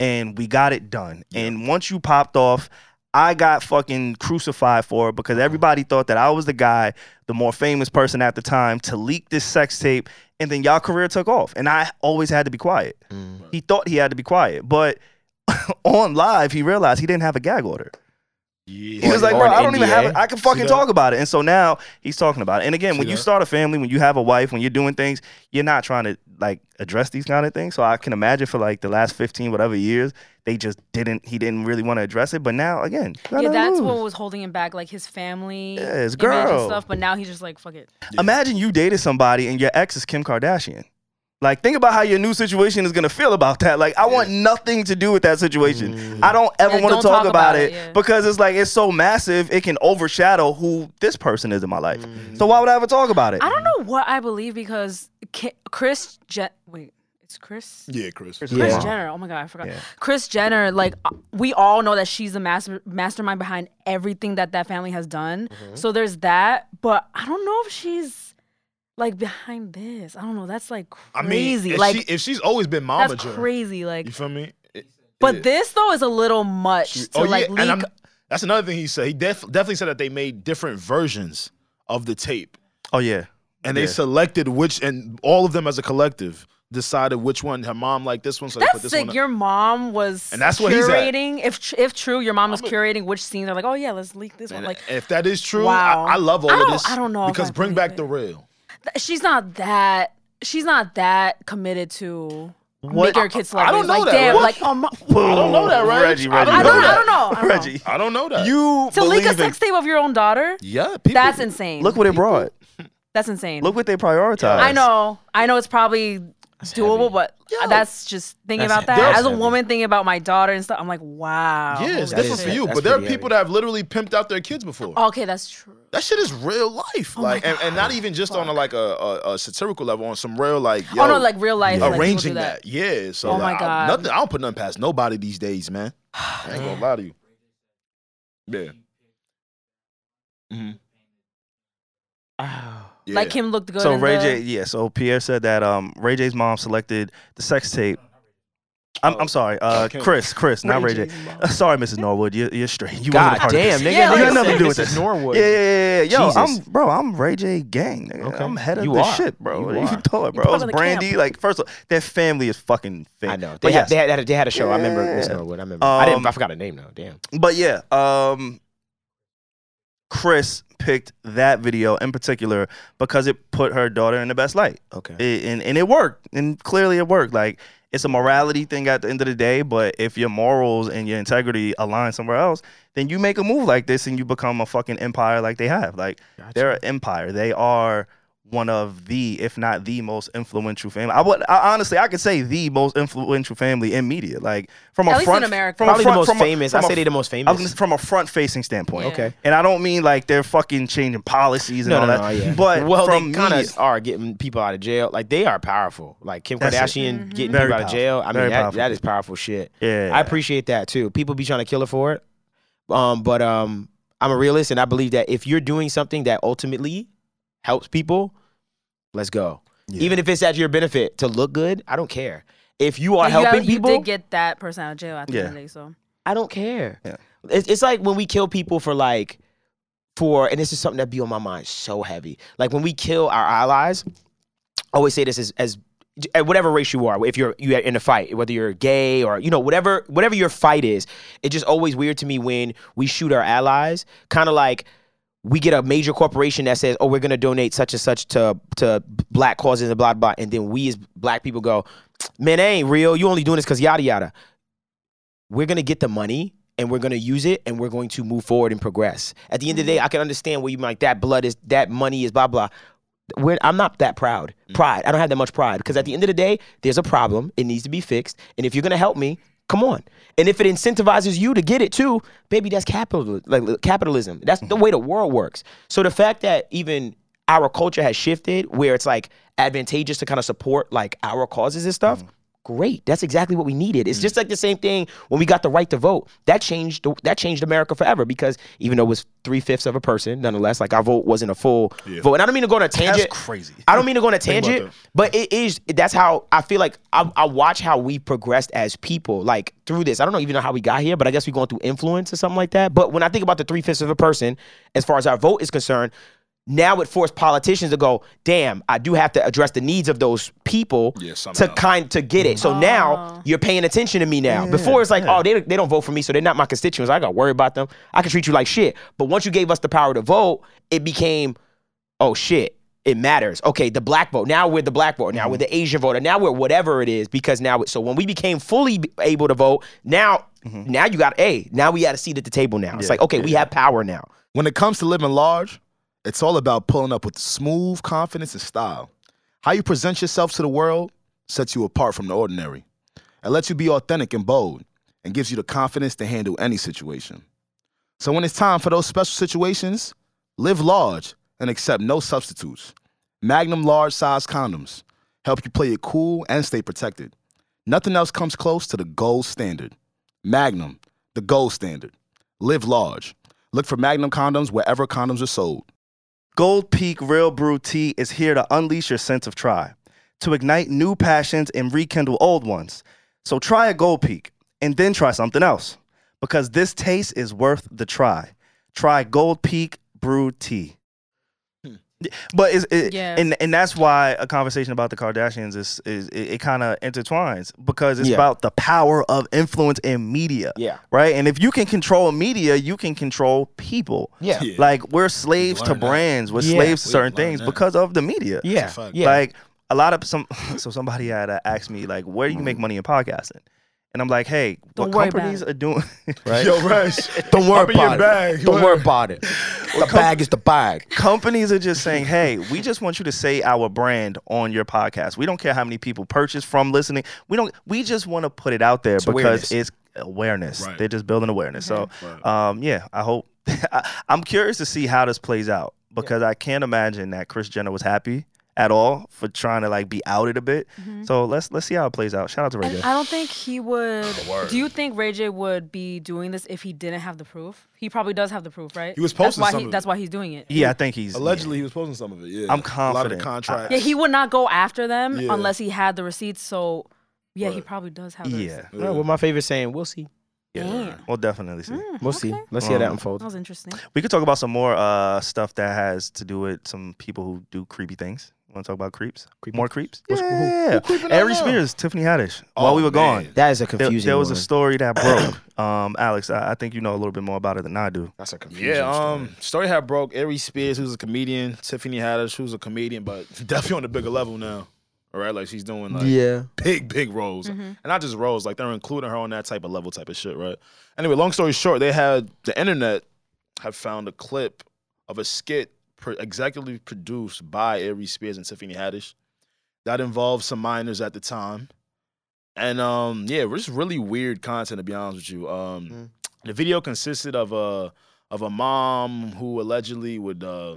and we got it done. And once you popped off." I got fucking crucified for it Uh-huh. because everybody thought that I was the guy, the more famous person at the time, to leak this sex tape, and then y'all career took off. And I always had to be quiet. He thought he had to be quiet, but on live he realized he didn't have a gag order. Yeah. He was like, Or bro, an I don't even NDA. have it. I can fucking that? talk about it. And so now he's talking about it. And again, when you that? start a family, when you have a wife, when you're doing things, you're not trying to like address these kind of things. So I can imagine for like the last 15 whatever years, they just didn't. He didn't really want to address it. But now again, Yeah, that's what what. was holding him back, like his family, Yeah, his image and girl. stuff. But now he's just like, fuck it. Imagine you dated somebody and your ex is Kim Kardashian. Like, think about how your new situation is gonna feel about that. Like, I want nothing to do with that situation. Mm. I don't ever Yeah, want don't to talk, about, it, yeah. because it's like it's so massive, it can overshadow who this person is in my life. Mm. So why would I ever talk about it? I don't know what I believe because Ki- Chris Je- wait, it's Chris. yeah, Chris. Chris Yeah. Jenner. Oh my god, I forgot. Chris Jenner. Like uh, we all know that she's the master mastermind behind everything that that family has done. So there's that, but I don't know if she's like behind this. I don't know. That's like I mean, crazy. if, like she, if she's always been mama that's Jenner, crazy. Like, you feel me? It- but yeah. this though is a little much to like leak. and I'm- that's another thing he said. He def, definitely said that they made different versions of the tape, Oh yeah. and they Yeah. selected which, and all of them as a collective decided which one. Her mom liked this one, so they put that's this sick. one. Your mom was And that's where he's at. curating. If tr- if true, your mom was curating which scene. They're like, oh yeah, let's leak this one. And Like if that is true, Wow. I, I love all I of don't- this. I don't know if because I bring believe back it. the real. th- she's not that. She's not that committed to What- making her kids I celebrities. don't know like, that, damn, Reg. like um, Oh, I don't know that, right? Reggie, Reggie. I you don't, know I that. don't know. I don't know. Reggie. I don't know that. You To leak a believe in- sex tape of your own daughter? yeah, people, That's insane. Look what it brought. That's insane. Look what they prioritized. I know. I know it's probably doable, but that's just thinking That's about that. heavy. As a That's woman thinking about my daughter and stuff, I'm like, wow. Yeah, it's holy different shit. for you, That's but there are pretty people that have literally pimped out their kids before. Okay, that's true. That shit is real life, Oh like, and, and not even just on a, like a, a, a satirical level, on some real like. Yo, oh no, like real life. like, people do arranging that. that. Yeah. So Oh like, my I, God. nothing. I don't put nothing past nobody these days, man. I ain't gonna lie to you. Yeah. Mhm. Oh. yeah. Like Kim looked good. So in Ray the- J, yeah. So Pierre said that um, Ray J's mom selected the sex tape I'm, Oh. I'm sorry, uh, Chris. Chris, not Ray J. Uh, sorry, Mrs. Norwood. You're, you're straight. You wasn't a God part of this. damn, nigga. Yeah, nigga like you got I nothing to said, do with this is this. Norwood. Yeah, yeah, yeah, yeah. Yo, Jesus. I'm bro. I'm Ray J gang. Nigga. Okay. I'm head of You this are. shit, bro. You What you are. talking, part bro? of It's the Brandy. camp. Like, first of all, their family is fucking thing. I know. They, But had, yes. they, had, they had a- they had a show. I remember Miss Yeah. Norwood. I remember. I didn't. I Um, forgot her name now. Damn. But yeah, um, Chris picked that video in particular because it put her daughter in the best light. Okay. It- and, and it worked. And clearly it worked. Like, it's a morality thing at the end of the day, but if your morals and your integrity align somewhere else, then you make a move like this and you become a fucking empire like they have. Like, they're an empire. They are one of the, if not the most influential family. I would I, honestly, I could say the most influential family in media. Like from At a least in front, America. from a Probably the front- most from a- famous. I from a say they're the most I was gonna famous. say from a front facing standpoint. Yeah. Okay. And I don't mean like they're fucking changing policies and No, all no, no, that. yeah. But well, from they kind media- of are getting people out of jail. Like they are powerful. Like Kim That's it. Kardashian Mm-hmm. getting Very people out of powerful. jail. I Very mean, that, powerful. that is powerful shit. Yeah. I appreciate that too. People be trying to kill her for it. Um, but um, I'm a realist, and I believe that if you're doing something that ultimately helps people, let's go. Even if it's at your benefit to look good, I don't care. If you are Yeah, you got- helping you people, did get that person out of jail at the end of the day, so. I don't care. Yeah. It's, it's like when we kill people for like, for and this is something that be on my mind so heavy. Like when we kill our allies, I always say this as as at whatever race you are, if you're you are in a fight, whether you're gay or you know whatever whatever your fight is, it's just always weird to me when we shoot our allies, kind of like. We get a major corporation that says, "Oh, we're going to donate such and such to to black causes and blah blah," and then we as black people go, "Man, that ain't real. You only doing this because yada yada." we're going to get the money and we're going to use it and we're going to move forward and progress. At the end of the day, I can understand where you like that blood is that money is blah blah. We're, I'm not that proud. Pride. I don't have that much pride because at the end of the day, there's a problem. It needs to be fixed. And if you're going to help me, come on. And if it incentivizes you to get it too, baby, that's capital like capitalism. That's the way the world works. So the fact that even our culture has shifted where it's like advantageous to kind of support like our causes and stuff great that's exactly what we needed it's just like the same thing when we got the right to vote that changed that changed america forever because even though it was three-fifths of a person nonetheless like our vote wasn't a full vote and i don't mean to go on a tangent crazy. i don't mean to go on a tangent but it is that's how i feel like I, I watch how we progressed as people like through this i don't know even know how we got here but i guess we're going through influence or something like that but when i think about the three-fifths of a person as far as our vote is concerned now it forced politicians to go, damn, I do have to address the needs of those people to kind to get it. So now you're paying attention to me now. Before it's like, oh, they, they don't vote for me, so they're not my constituents. I got to worry about them. I can treat you like shit. But once you gave us the power to vote, it became, oh shit, it matters. Okay, the black vote. Now we're the black vote. Now we're the Asian voter. Now we're whatever it is because now it, so when we became fully b- able to vote, now now you got a now we got a seat at the table now. It's like, okay, we have power now. When it comes to living large, it's all about pulling up with smooth confidence and style. How you present yourself to the world sets you apart from the ordinary. It lets you be authentic and bold and gives you the confidence to handle any situation. So when it's time for those special situations, live large and accept no substitutes. Magnum large size condoms help you play it cool and stay protected. Nothing else comes close to the gold standard. Magnum, the gold standard. Live large. Look for Magnum condoms wherever condoms are sold. Gold Peak Real Brew Tea is here to unleash your sense of try, to ignite new passions and rekindle old ones. So try a Gold Peak and then try something else because this taste is worth the try. Try Gold Peak Brew Tea. Hmm. But it's, it, Yeah. and and that's why a conversation about the Kardashians is is it, it kind of intertwines because it's Yeah. about the power of influence in media. Yeah. Right? And if you can control media, you can control people. Yeah. Yeah. Like we're slaves to brands. We're Yeah. slaves to We've certain learned things that. because of the media. Yeah. fact. yeah. Like a lot of some so somebody had uh, asked me like where do you Mm-hmm. make money in podcasting? And I'm like, "Hey, Don't what worry about companies it. are doing right? Don't worry Up in your about bag. it. Don't worry about it. The bag is the bag. companies are just saying, hey, we just want you to say our brand on your podcast. We don't care how many people purchase from listening. We don't. We just want to put it out there because awareness. it's awareness. Right. They're just building awareness. So, um, yeah, I hope. I, I'm curious to see how this plays out because I can't imagine that Chris Jenner was happy at all for trying to like be outed a bit. So let's let's see how it plays out. Shout out to Ray J. And Mm-hmm. I don't think he would. Do you think Ray J would be doing this if he didn't have the proof? He probably does have the proof, right? He was That's posting why some he, of That's it. why he's doing it. Yeah, I think he's Allegedly, he was posting some of it. Yeah, A lot I'm of the confident. contracts. Yeah, he would not go after them Yeah. unless he had the receipts. So Yeah, he probably does have. That Yeah. Well, what my favorite saying? We'll see. Damn. We'll definitely see. Mm, We'll see. okay. Let's see how that Um, That unfolds. was interesting. We could talk about some more uh, stuff that has to do with some people who do creepy things. Want to talk about creeps? More creeps? What's- who- yeah. creeping out Ari now? Spears, Tiffany Haddish. Oh, While we were man. gone, That is a there, confusing. there was a one. story that broke. um, Alex, I, I think you know a little bit more about it than I do. That's a confusing. Yeah, um, story had broke. Ari Spears, who's a comedian, Tiffany Haddish, who's a comedian, but definitely on a bigger level now. All right, like she's doing like yeah. big, big roles, and not just roles. Like they're including her on that type of level, type of shit, right? Anyway, long story short, they had the internet had found a clip of a skit pro- executively produced by Ari Spears and Tiffany Haddish that involved some minors at the time, and um, yeah, it was just really weird content to be honest with you. Um, Mm. the video consisted of a of a mom who allegedly would. Uh,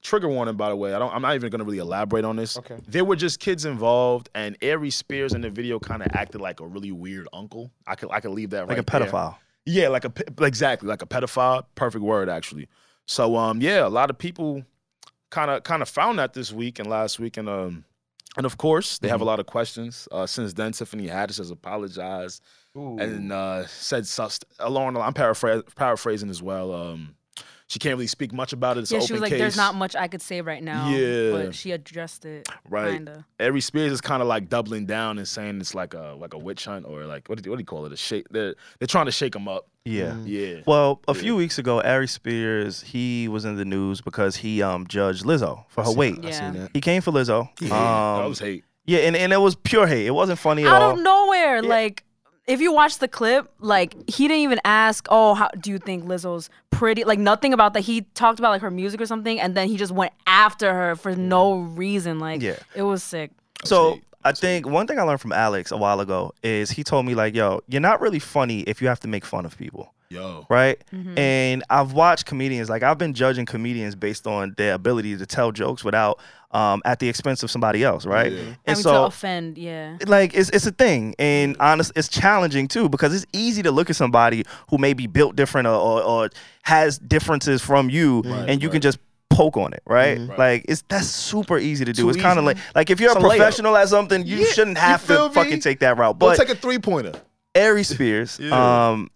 Trigger warning, by the way. I don't. I'm not even gonna really elaborate on this. Okay. There were just kids involved, and Ari Spears in the video kind of acted like a really weird uncle. I could I could leave that Like right a there. pedophile. Yeah, like a pe- exactly like a pedophile. Perfect word actually. So um yeah, a lot of people kind of kind of found that this week and last week and um and of course Mm-hmm. they have a lot of questions. Uh, since then, Tiffany Haddish has apologized and uh, said sus- along the line. I'm paraphrase, paraphrasing as well. Um, she can't really speak much about it. It's yeah, an she was open like, case. "There's not much I could say right now." Yeah. but she addressed it. Right. Kinda. Every Spears is kind of like doubling down and saying it's like a like a witch hunt or like what do you, what do you call it? A shake. They're they're trying to shake him up. Yeah. Yeah. Well, a few weeks ago, Ari Spears he was in the news because he um judged Lizzo for her weight. Yeah. He came for Lizzo. Yeah, that Um, was hate. yeah, and, and it was pure hate. It wasn't funny at out all. of nowhere. Like, if you watch the clip, like he didn't even ask, "Oh, how do you think Lizzo's pretty?" Like nothing about that. He talked about like her music or something, and then he just went after her for no reason. Like, Yeah. it was sick. So I think one thing I learned from Alex a while ago is he told me like, "Yo, you're not really funny if you have to make fun of people." Yo. right? And I've watched comedians, like I've been judging comedians based on their ability to tell jokes without, um, at the expense of somebody else, right? And I mean, to so, offend, yeah. like, it's it's a thing, and Mm-hmm. honest, it's challenging too because it's easy to look at somebody who may be built different or or, or has differences from you, and you can just poke on it, right? Like, it's that's super easy to do. Mm-hmm. Too it's kind of easy. like like if you're It's a a layup. professional at something, you Yeah, shouldn't you have to feel me? fucking take that route. But But take a three pointer. Ari Spears. Um,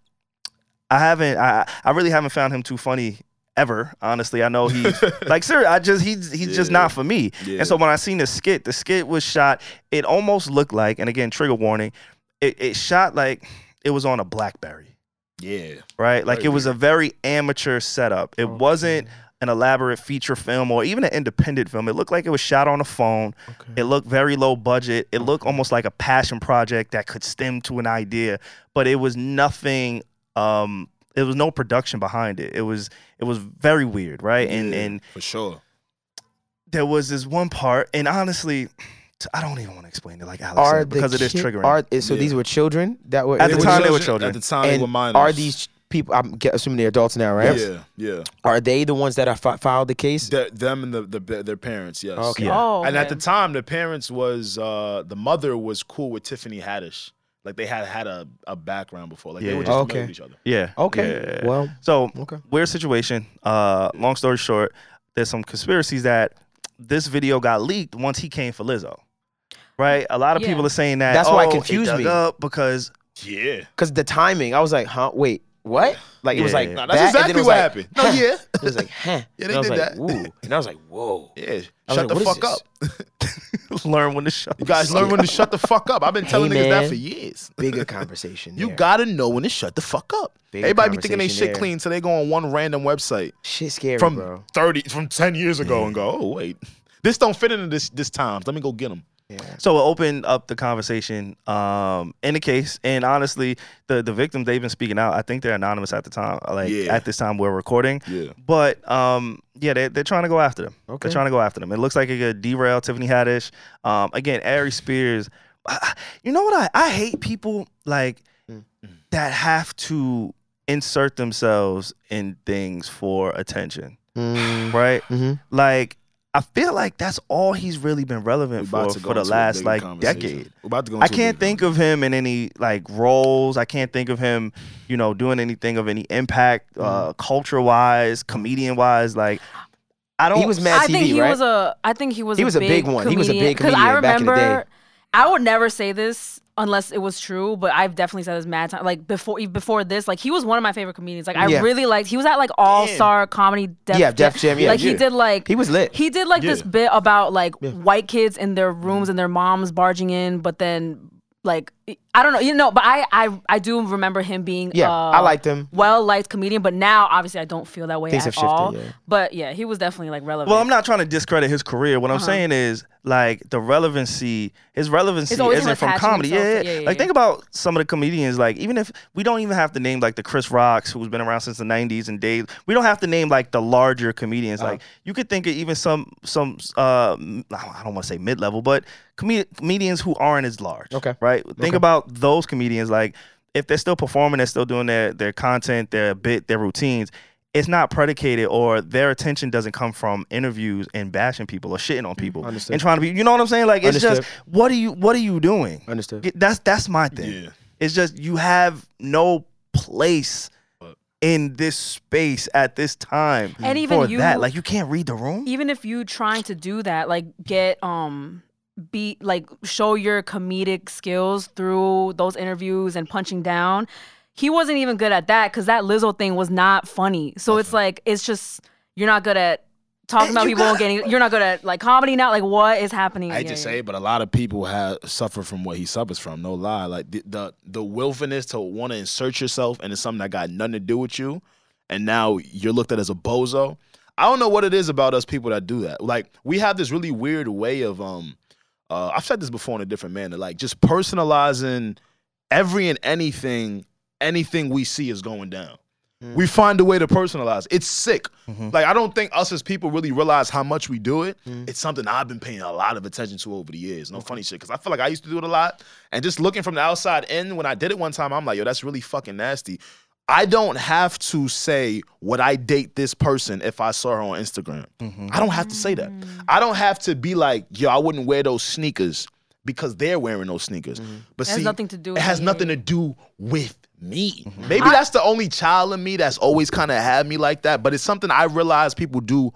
I haven't. I I really haven't found him too funny ever. Honestly, I know he like sir. I just he's he's just not for me. And so when I seen the skit, the skit was shot. It almost looked like, and again, trigger warning. It it shot like it was on a BlackBerry Yeah. right? Like Very it was a very amateur setup. It wasn't an elaborate feature film or even an independent film. It looked like it was shot on a phone. It looked very low budget. It looked almost like a passion project that could stem to an idea, but it was nothing um it was no production behind it. It was it was very weird, right? And Yeah, and for sure. there was this one part and honestly I don't even want to explain it like Alex Are said, because the it is kid- triggering. Are, is- so Yeah. these were children that were At the were time, they children? were children. At the time, they And were minors. Are these people? I'm gu- assuming they're adults now, right? Yeah. Yeah. Are they the ones that are fi- filed the case? The- them and the, the their parents. Yes. Okay. Yeah. Oh, And at okay. the time, the parents was uh the mother was cool with Tiffany Haddish. Like they had had a, a background before. Like Yeah, they were yeah. just Okay. familiar with each other. Yeah. Okay. Yeah. Well, So Okay. weird situation. Uh, long story short, there's some conspiracies that this video got leaked once he came for Lizzo. Right, a lot of Yeah. people are saying that. That's why it "Oh, he confused dug me." up because Yeah. because the timing, I was like, huh? Wait, what? Like it was Yeah. like Nah, Nah, that's that, and then exactly it was what like, happened. No, yeah. It was like, huh? Yeah, they and I was did like, that. Ooh. And I was like, whoa. Yeah. was Shut like, what the is fuck this? up. learn when to shut. You guys learn when to shut the fuck up. I've been telling Hey, niggas man. that for years. Bigger conversation. You there. gotta know when to shut the fuck up. Bigger Everybody be thinking they conversation shit there. clean, so they go on one random website shit scary, from bro. thirty, from ten years ago, and go, oh wait, this don't fit into this this times. Let me go get them. So it opened up the conversation um, in the case, and honestly, the the victims they've been speaking out. I think they're anonymous at the time. Like Yeah. at this time we're recording. Yeah. But um, yeah, they, they're trying to go after them. Okay. They're trying to go after them. It looks like it could derail Tiffany Haddish. Um, again, Ari Spears. You know what? I, I hate people like that have to insert themselves in things for attention, Mm, right? mhm. Like I feel like that's all he's really been relevant for for the last like decade. We're about to go. I can't think of him in any like roles. I can't think of him, you know, doing anything of any impact, uh, culture wise, comedian wise. Like, I don't. He was mad I TV, think he right? was a. I think he was. He was a big one. He was a big Because I comedian back in the remember day. I would never say this unless it was true, but I've definitely said this mad time. Like before, e- before this, like he was one of my favorite comedians. Like I Yeah. really liked. He was at like All Star Comedy. Def Yeah, Def Jam, yeah, like he yeah. did like He was lit. He did like this bit about like white kids in their Mm. rooms and their moms barging in, but then like I don't know, you know. But I I I do remember him being Yeah, uh, I liked him. well liked comedian, but now obviously I don't feel that way Things at have shifted, all. yeah. But yeah, he was definitely like relevant. Well, I'm not trying to discredit his career. What I'm saying is, like, the relevancy, his relevancy It's always isn't him from attaching comedy. himself Yeah, to- yeah. yeah, yeah, Like, yeah. think about some of the comedians. Like, even if we don't even have to name, like, the Chris Rocks, who's been around since the 90s and Dave, we don't have to name, like, the larger comedians. Uh-huh. Like, you could think of even some, some uh, m- I don't want to say mid level, but comed- comedians who aren't as large. Okay. Right? Think about those comedians. Like, if they're still performing, they're still doing their, their content, their bit, their routines it's not predicated or their attention doesn't come from interviews and bashing people or shitting on people Mm, Understood. and trying to be you know what I'm saying? Like it's just Understood. what are you what are you doing? Understood. Get- That's that's my thing. Yeah. It's just you have no place in this space at this time And even for you- that. Like you can't read the room. even if you trying to do that, like get um be like show your comedic skills through those interviews and punching down. He wasn't even good at that because that Lizzo thing was not funny. So it's like it's just you're not good at talking about people and getting. You're not good at like comedy now. Like what is happening? I hate Yeah, to yeah. say, it, but a lot of people have suffer from what he suffers from. No lie, like the the, the willfulness to want to insert yourself into something that got nothing to do with you, and now you're looked at as a bozo. I don't know what it is about us people that do that. Like we have this really weird way of um, uh, I've said this before in a different manner, like just personalizing every and anything, anything we see is going down. We find a way to personalize. It's sick. Like I don't think us as people really realize how much we do it. It's something I've been paying a lot of attention to over the years. No funny shit, because I feel like I used to do it a lot. And just looking from the outside in, when I did it one time, I'm like, yo, that's really fucking nasty. I don't have to say would I date this person if I saw her on Instagram. I don't have to say that. Mm. I don't have to be like, yo, I wouldn't wear those sneakers because they're wearing those sneakers. But has see, nothing to do It with has me. nothing to do with me. Maybe that's the only child in me that's always kind of had me like that. But it's something I realize people do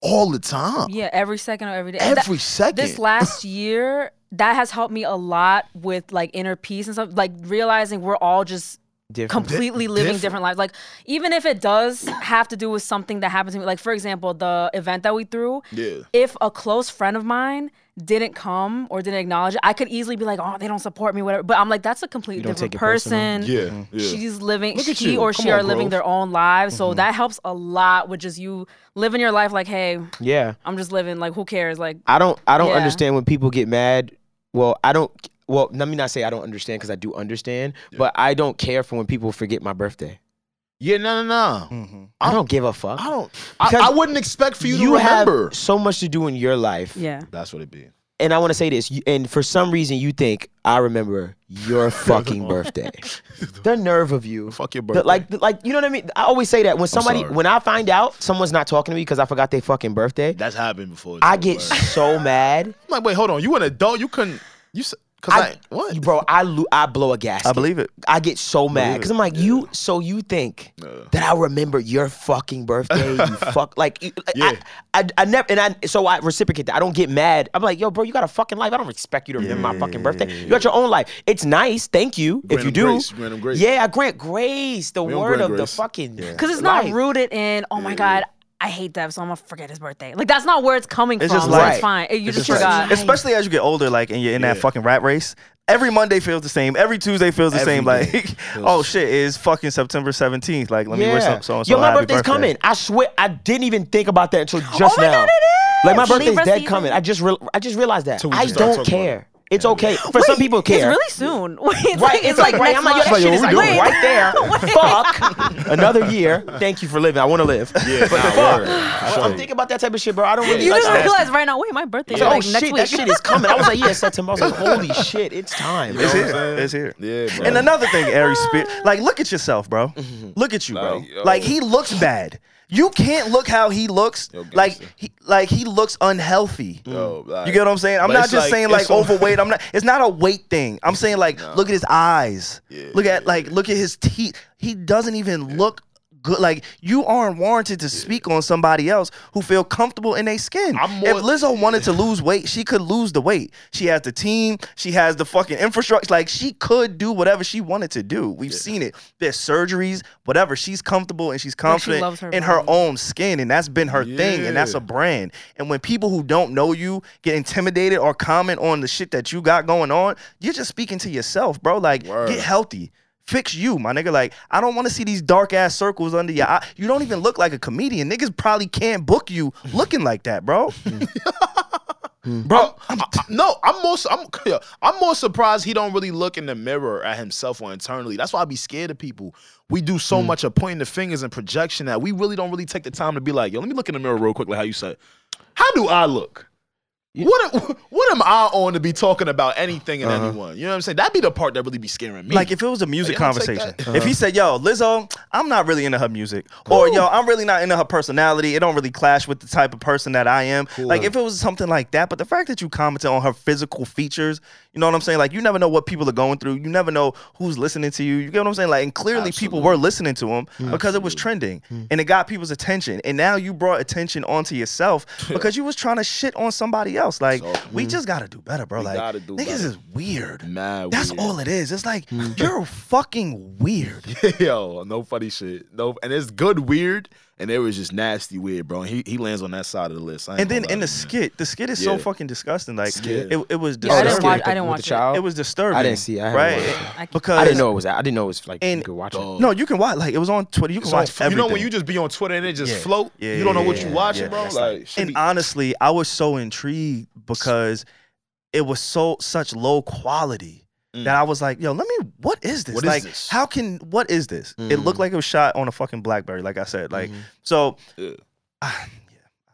all the time. Yeah, every second or every day. Every That- second. This last year, that has helped me a lot with like inner peace and stuff. Like realizing we're all just Different. completely living different. different. lives. Like even if it does have to do with something that happened to me, like for example, the event that we threw. Yeah. If a close friend of mine didn't come or didn't acknowledge it, I could easily be like, "Oh, they don't support me," whatever. But I'm like, that's a completely don't different take it personal. person. Yeah. yeah. She's living, Look at she you. or Come she on, Mm-hmm. are living Grove. their own lives. So that helps a lot with just you living your life like, hey, Yeah. I'm just living. Like, who cares? Like, I don't I don't Yeah. understand when people get mad. Well, I don't well, let me not say I don't understand because I do understand, but I don't care for when people forget my birthday. Yeah, no, no, no. Mm. Mm-hmm. I don't give a fuck. I don't. I, Because I wouldn't expect for you, to have remember. so much to do in your life. yeah. That's what it be. And I want to say this, you, and for some reason you think I remember your fucking birthday. the nerve of you. Fuck your The- birthday. like, like you know what I mean? I always say that when somebody sorry. when I find out someone's not talking to me because I forgot their fucking birthday, That's happened before. I too, get but- so mad. I'm like, wait, hold on. You an adult? You couldn't? You s- cause I, I- what? Bro, I lo- I blow a gasket. I believe it. I get so mad because I'm like, you. So you think that I remember your fucking birthday? You fuck like, you- I- Yeah. I, I, I never. And I so I reciprocate that. I don't get mad. I'm like, yo, bro, you got a fucking life. I don't expect you to remember my fucking birthday. You got your own life. It's nice. Thank you. if Grant you him do, grace. Grant him grace. Yeah, I grant grace. The We don't word grant of the grace. fucking. Because it's not life. rooted in, oh my God, I hate that, so I'm going to forget his birthday. Like, that's not where it's coming It's from. just so life. it's fine. It- you It's just, just like- forgot. Especially as you get older, like and you're in that Yeah. fucking rat race. Every Monday feels the same. Every Tuesday feels the Every same. day Like, oh shit, it's fucking September 17th. Like, let me wish so and so. Yo, my birthday's coming. I swear, I didn't even think about that until just Oh my now. God, it is! Like my Libra birthday's dead season. coming. I just real I just realized that. we I just started don't talking about care. It's okay. For some people, care. It's really soon. it's Right, like, it's like, right. next I'm like, yo, that month. shit is like Wait. right there. Fuck. Another year. Thank you for living. I want to live. Yeah, but the nah, fuck. word. I- I'm thinking about that type of shit, bro. I don't really. You like just that. realize right now, wait, my birthday is I like was like, oh next shit, week. that shit is coming. I was like, yeah, it's September. I was like, holy shit, it's time. It's bro. here. It's here. Yeah, bro. And another thing, Aries Spear, like look at yourself, bro. Look at you, bro. Like, yo. Like he looks bad. You can't look how he looks. like gangster. he, like he looks unhealthy. Yo, like- you get what I'm saying? I'm But not it's just like- saying it's like so- overweight. I'm not. It's not a weight thing. I'm saying like look at his eyes. look at like look at his teeth. He doesn't even look good. Like you aren't warranted to speak on somebody else who feel comfortable in their skin. I'm more- if Lizzo wanted to lose weight, she could lose the weight. She has the team. She has the fucking infrastructure. Like she could do whatever she wanted to do. We've seen it. There's surgeries, whatever. She's comfortable and she's confident loves her in her body. own skin, and that's been her thing, and that's Yeah. a brand. And when people who don't know you get intimidated or comment on the shit that you got going on, you're just speaking to yourself, bro. Like Word. get healthy. Fix you, my nigga. Like, I don't want to see these dark ass circles under your eye. You don't even look like a comedian. Niggas probably can't book you looking like that, bro. bro. I- I- no, I'm more. su- I'm. yeah, I'm more surprised he don't really look in the mirror at himself or internally. That's why I be scared of people. We do Hmm. so much of pointing the fingers and projection that we really don't really take the time to be like, yo, let me look in the mirror real quick, like how you said. How do I look? What am, what am I on to be talking about anything and anyone? You know what I'm saying? That'd be the part that really be scaring me. Uh-huh. Like, if it was a music Like, I don't take conversation, that. Uh-huh. if he said, "Yo, Lizzo, I'm not really into her music," or "Yo, I'm really not into her personality. It don't really clash with the type of person that I am." Like, if it was something like that, but the fact that you commented on her physical features, you know what I'm saying? Like, you never know what people are going through. You never know who's listening to you. You get what I'm saying? Like, and clearly people were listening to him because it was trending Hmm. and it got people's attention. And now you brought attention onto yourself because you was trying to shit on somebody else. Like, we just gotta do better, bro. like, gotta do niggas better. is weird. Mad That's weird. Hmm. all it is. It's like you're fucking weird. Yo, no funny shit. No, and it's good weird, and it was just nasty weird, bro. And he he lands on that side of the list. I ain't And then gonna in lie. the skit, the skit is Yeah. so fucking disgusting. Like Skit. it, it was Yeah, I the skit didn't disturbing. watch- with I the- didn't with watch the it. child. It was disturbing. I didn't see it. I haven't right? watched I can't- Because I didn't know it was out. I didn't know it was like And- you could watch Dog. it. No, you can watch. Like it was on Twitter. You can It's on- watch you everything. know when you just be on Twitter and it just Yeah. float. Yeah, you don't know yeah, what you yeah, watching, yeah. bro. That's Like, shit and be- honestly, I was so intrigued because it was so such low quality Mm. that I was like, "Yo, let me. What is this? What is like, this? Mm. how can? What is this? It looked like it was shot on a fucking BlackBerry. Like I said, like so.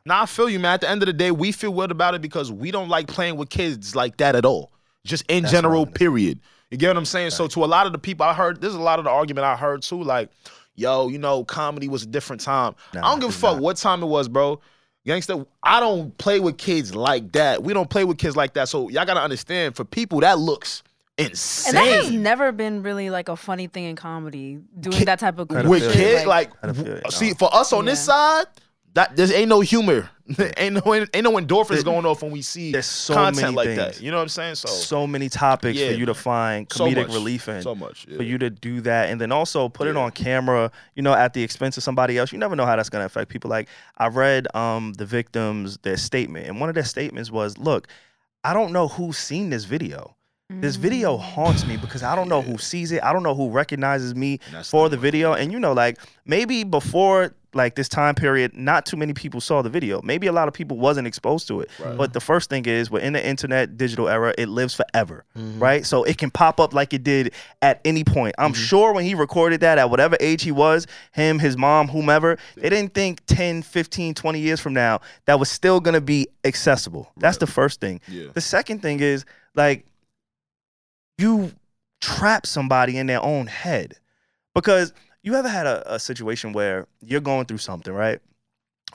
Nah, I feel you, man. At the end of the day, we feel weird about it because we don't like playing with kids like that at all. Just in general, period. You get what I'm saying? So to a lot of the people I heard, there's a lot of the argument I heard too, like, yo, you know, comedy was a different time. I don't give a fuck what time it was, bro. Gangsta, I don't play with kids like that. We don't play with kids like that. So y'all gotta understand, for people, that looks insane. And that has never been really like a funny thing in comedy, doing that type of goofy with shit, kids, like, I don't feel it, see, for us on this Yeah. side, that there ain't no humor, ain't no ain't no endorphins going off when we see There's so content many like things. that. You know what I'm saying? So, so many topics Yeah, for you to find so much, comedic relief in. so much, yeah. For you to do that and then also put it on camera, you know, at the expense of somebody else. You never know how that's gonna affect people. Like I read um the victims their statement, and one of their statements was, look, I don't know who's seen this video. This video haunts me because I don't know who sees it. I don't know who recognizes me that's for the video. And you know, like maybe before like this time period, not too many people saw the video. Maybe a lot of people wasn't exposed to it. But the first thing is we're in the internet digital era, it lives forever. Mm-hmm. Right? So it can pop up like it did at any point. I'm sure when he recorded that at whatever age he was, him, his mom, whomever, they didn't think 10, 15, 20 years from now that was still gonna be accessible. That's the first thing. yeah, The second thing is like you trap somebody in their own head because you ever had a, a situation where you're going through something, right?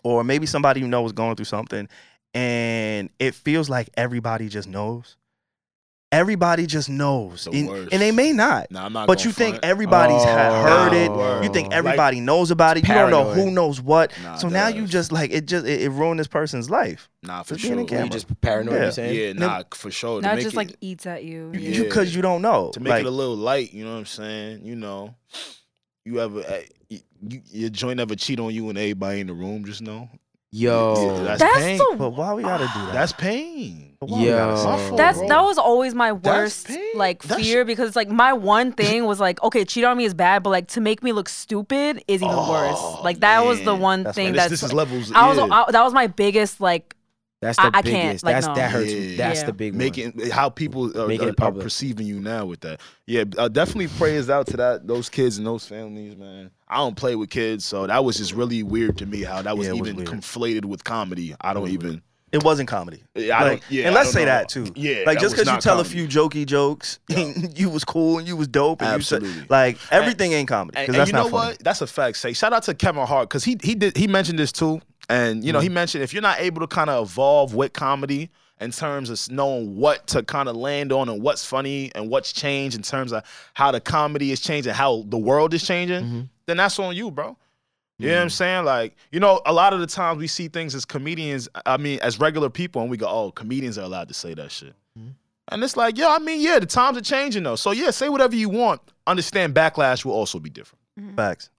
Or maybe somebody you know is going through something and it feels like everybody just knows. Everybody just knows. The and, worst. and they may not. nah, I'm not. But gonna you think front. everybody's ha- Oh, heard no. it. You think everybody knows about it. You don't know paranoid. who knows what. Nah, so now dog. you just like it just it, it ruined this person's life. nah for just being sure. in Were you camera. just paranoid? Yeah. You saying? yeah, nah for sure. To Not make just it- like eats at you. You- yeah. you- Because you don't know. to make Like, it a little light. You know what I'm saying? You know, you ever eh, you, you, your joint ever cheat on you and everybody in the room? Just know Yo. Yeah, That's pain. the But why we gotta do that? that's pain. But why we gotta Yo. say My fault, That's Oh, bro. that was always my That's worst pain. like That's- fear because it's like my one thing was like okay cheat on me is bad but like to make me look stupid is even worse like that was the man. one That's thing And this, that's this is levels. I was yeah. I, that was my biggest like That's I- the I can't, biggest. like, That's no. that hurts. me. Yeah. That's Yeah. the big one. making how people are, Making it are- are public. perceiving you now with that. Yeah, uh, definitely prayers out to that those kids and those families, man. I don't play with kids, so that was just really weird to me how that was Yeah, it was even weird. conflated with comedy. I don't even. it wasn't comedy. Yeah, I don't- Like, yeah, and I let's don't say know. that too. Yeah, like that just was because you not tell comedy. a few jokey jokes, you was cool and you was dope, and you Absolutely. said like everything ain't comedy because And, that's and you not know funny. what? That's a fact. Say shout out to Kevin Hart because he he did he mentioned this too, and you know he Mm. mentioned if you're not able to kind of evolve with comedy in terms of s- knowing what to kind of land on and what's funny and what's Mm-hmm. changed in terms of how the comedy is changing, how the world is changing, then that's on you, bro. You know what I'm Mm. saying? Like, you know, a lot of the times we see things as comedians, I mean, as regular people, and we go, oh, comedians are allowed to say that shit. And it's like, yeah, I mean, yeah, the times are changing though. So yeah, say whatever you want. Understand backlash will also be different. Mm-hmm. Facts.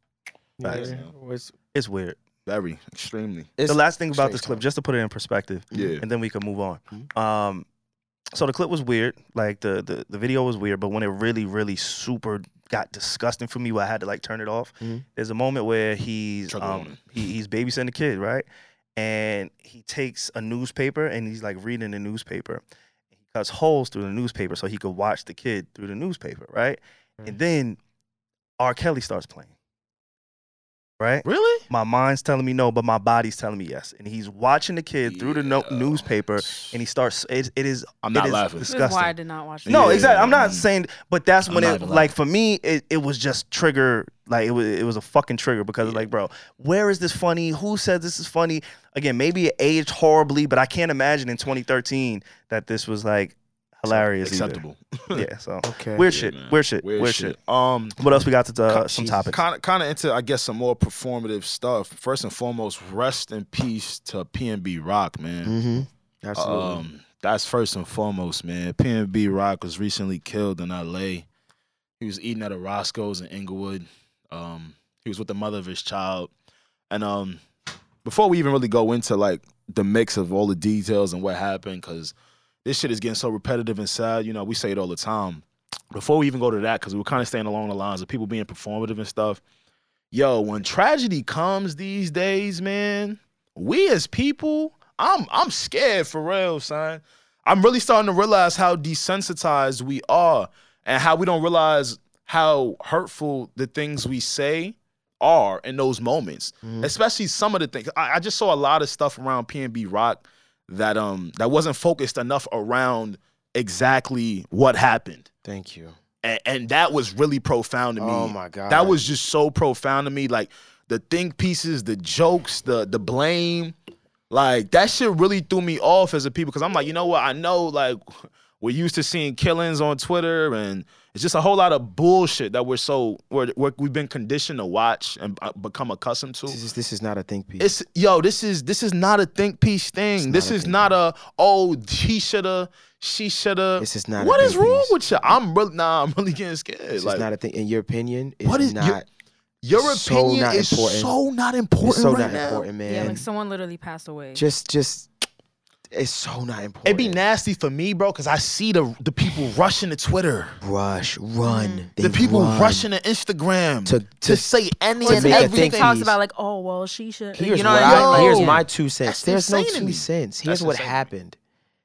Yeah, Facts. it's- It's weird. Very, extremely. it's- the last thing about strange this clip, time. just to put it in perspective, Yeah. and then we can move on. Um, so the clip was weird, like the, the the video was weird, but when it really, really super got disgusting for me, where I had to like turn it off. Mhm. There's a moment where he's Chuck um, Lorre. he, he's babysitting the kid, right? And he takes a newspaper and he's like reading the newspaper. He cuts holes through the newspaper so he could watch the kid through the newspaper, right? And then R. Kelly starts playing, right? Really? my mind's telling me no, but my body's telling me yes. And he's watching the kid through the no- Yeah. newspaper, and he starts. It, it is. I'm not it is laughing. This is why I Disgusting. did not watch. No, it. Yeah. exactly. I'm not saying, but that's when I'm not it even like for me, it, it was just trigger. Like it was it was a fucking trigger because it's like, bro, where is this funny? Who says this is funny? Again, maybe it aged horribly, but I can't imagine in 2013 that this was like hilarious. either. Acceptable. Yeah. So Okay. weird, shit, weird shit. Weird shit. Um What else we got to uh, some Jesus. topics? kind of kind of into I guess some more performative stuff. First and foremost, rest in peace to PNB Rock, man. Mm-hmm. Absolutely. Um, that's first and foremost, man. PNB Rock was recently killed in L.A. He was eating at a Roscoe's in Inglewood. Um, he was with the mother of his child, and um, before we even really go into like the mix of all the details and what happened, because this shit is getting so repetitive and sad. You know, we say it all the time. Before we even go to that, because we were kind of staying along the lines of people being performative and stuff. Yo, when tragedy comes these days, man, we as people, I'm I'm scared for real, son. I'm really starting to realize how desensitized we are and how we don't realize how hurtful the things we say are in those moments. Especially some of the things. I, I just saw a lot of stuff around PNB Rock that um that wasn't focused enough around exactly what happened Thank you. and, and that was really profound to me. Oh, my God. that was just so profound to me. Like the think pieces, the jokes, the the blame, like that shit really threw me off as a people because I'm like, you know what? I know like we're used to seeing killings on Twitter, and it's just a whole lot of bullshit that we're so we're, we're, we've been conditioned to watch and uh, become accustomed to. This is this is not a think piece. It's yo, this is this is not a think piece thing. this is not a oh he shoulda, she shoulda. This is not a What think is wrong piece. with you? I'm really nah. I'm really getting scared. This like is not a thing. In your opinion, it's What is your- not. your so opinion not is important. so not it's important so right not now. important, man. Yeah, like someone literally passed away. just, just, it's so not important. It'd be nasty for me, bro, because I see the the people rushing to Twitter, Rush, run. They the people run. rushing to Instagram To- to, to- say any to and make a everything. think talks piece. about like, oh well, she should. Here's you know what what I mean? I, Like, here's yeah. my two cents. That's There's no insane to two me. cents. Here's That's what insane to me. happened.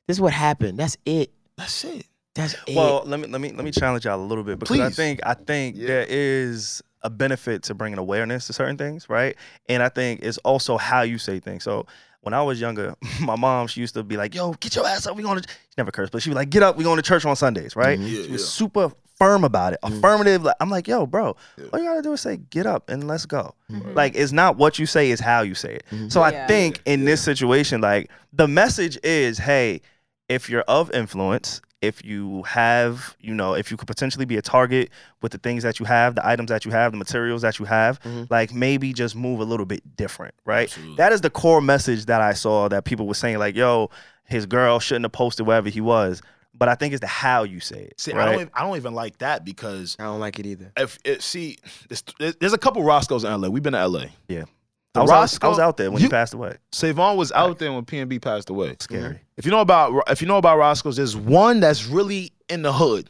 This is what happened. That's it. That's it. That's it. Well, let me let me let me challenge y'all a little bit because I Please. think I think there is a benefit to bringing awareness to certain things, right? And I think it's also how you say things. So when I was younger, my mom she used to be like, "Yo, get your ass up. We going to." She never cursed, but she was like, "Get up. We going to church on Sundays, Mm-hmm. right?" she was super firm about it, affirmative. Like I'm like, "Yo, bro, all you gotta do is say, get up and let's go." Mm-hmm. Mm-hmm. Like it's not what you say, it's how you say it. Mm-hmm. So I Yeah. think in this situation, like the message is, hey if you're of influence, if you have, you know, if you could potentially be a target with the things that you have, the items that you have, the materials that you have, Mm-hmm. like maybe just move a little bit different, right? That is the core message that I saw that people were saying, like, yo, his girl shouldn't have posted wherever he was. But I think it's the how you say it. See, right? I don't even, I don't even like that because I don't like it either. if it, see, there's, there's a couple Roscoe's in LA. We've been to LA. yeah. The I was, out- Roscoe- I was out there when he you- passed away. Savon was out there when PNB passed away. Scary. If you know about if you know about Roscoe's, there's one that's really in the hood,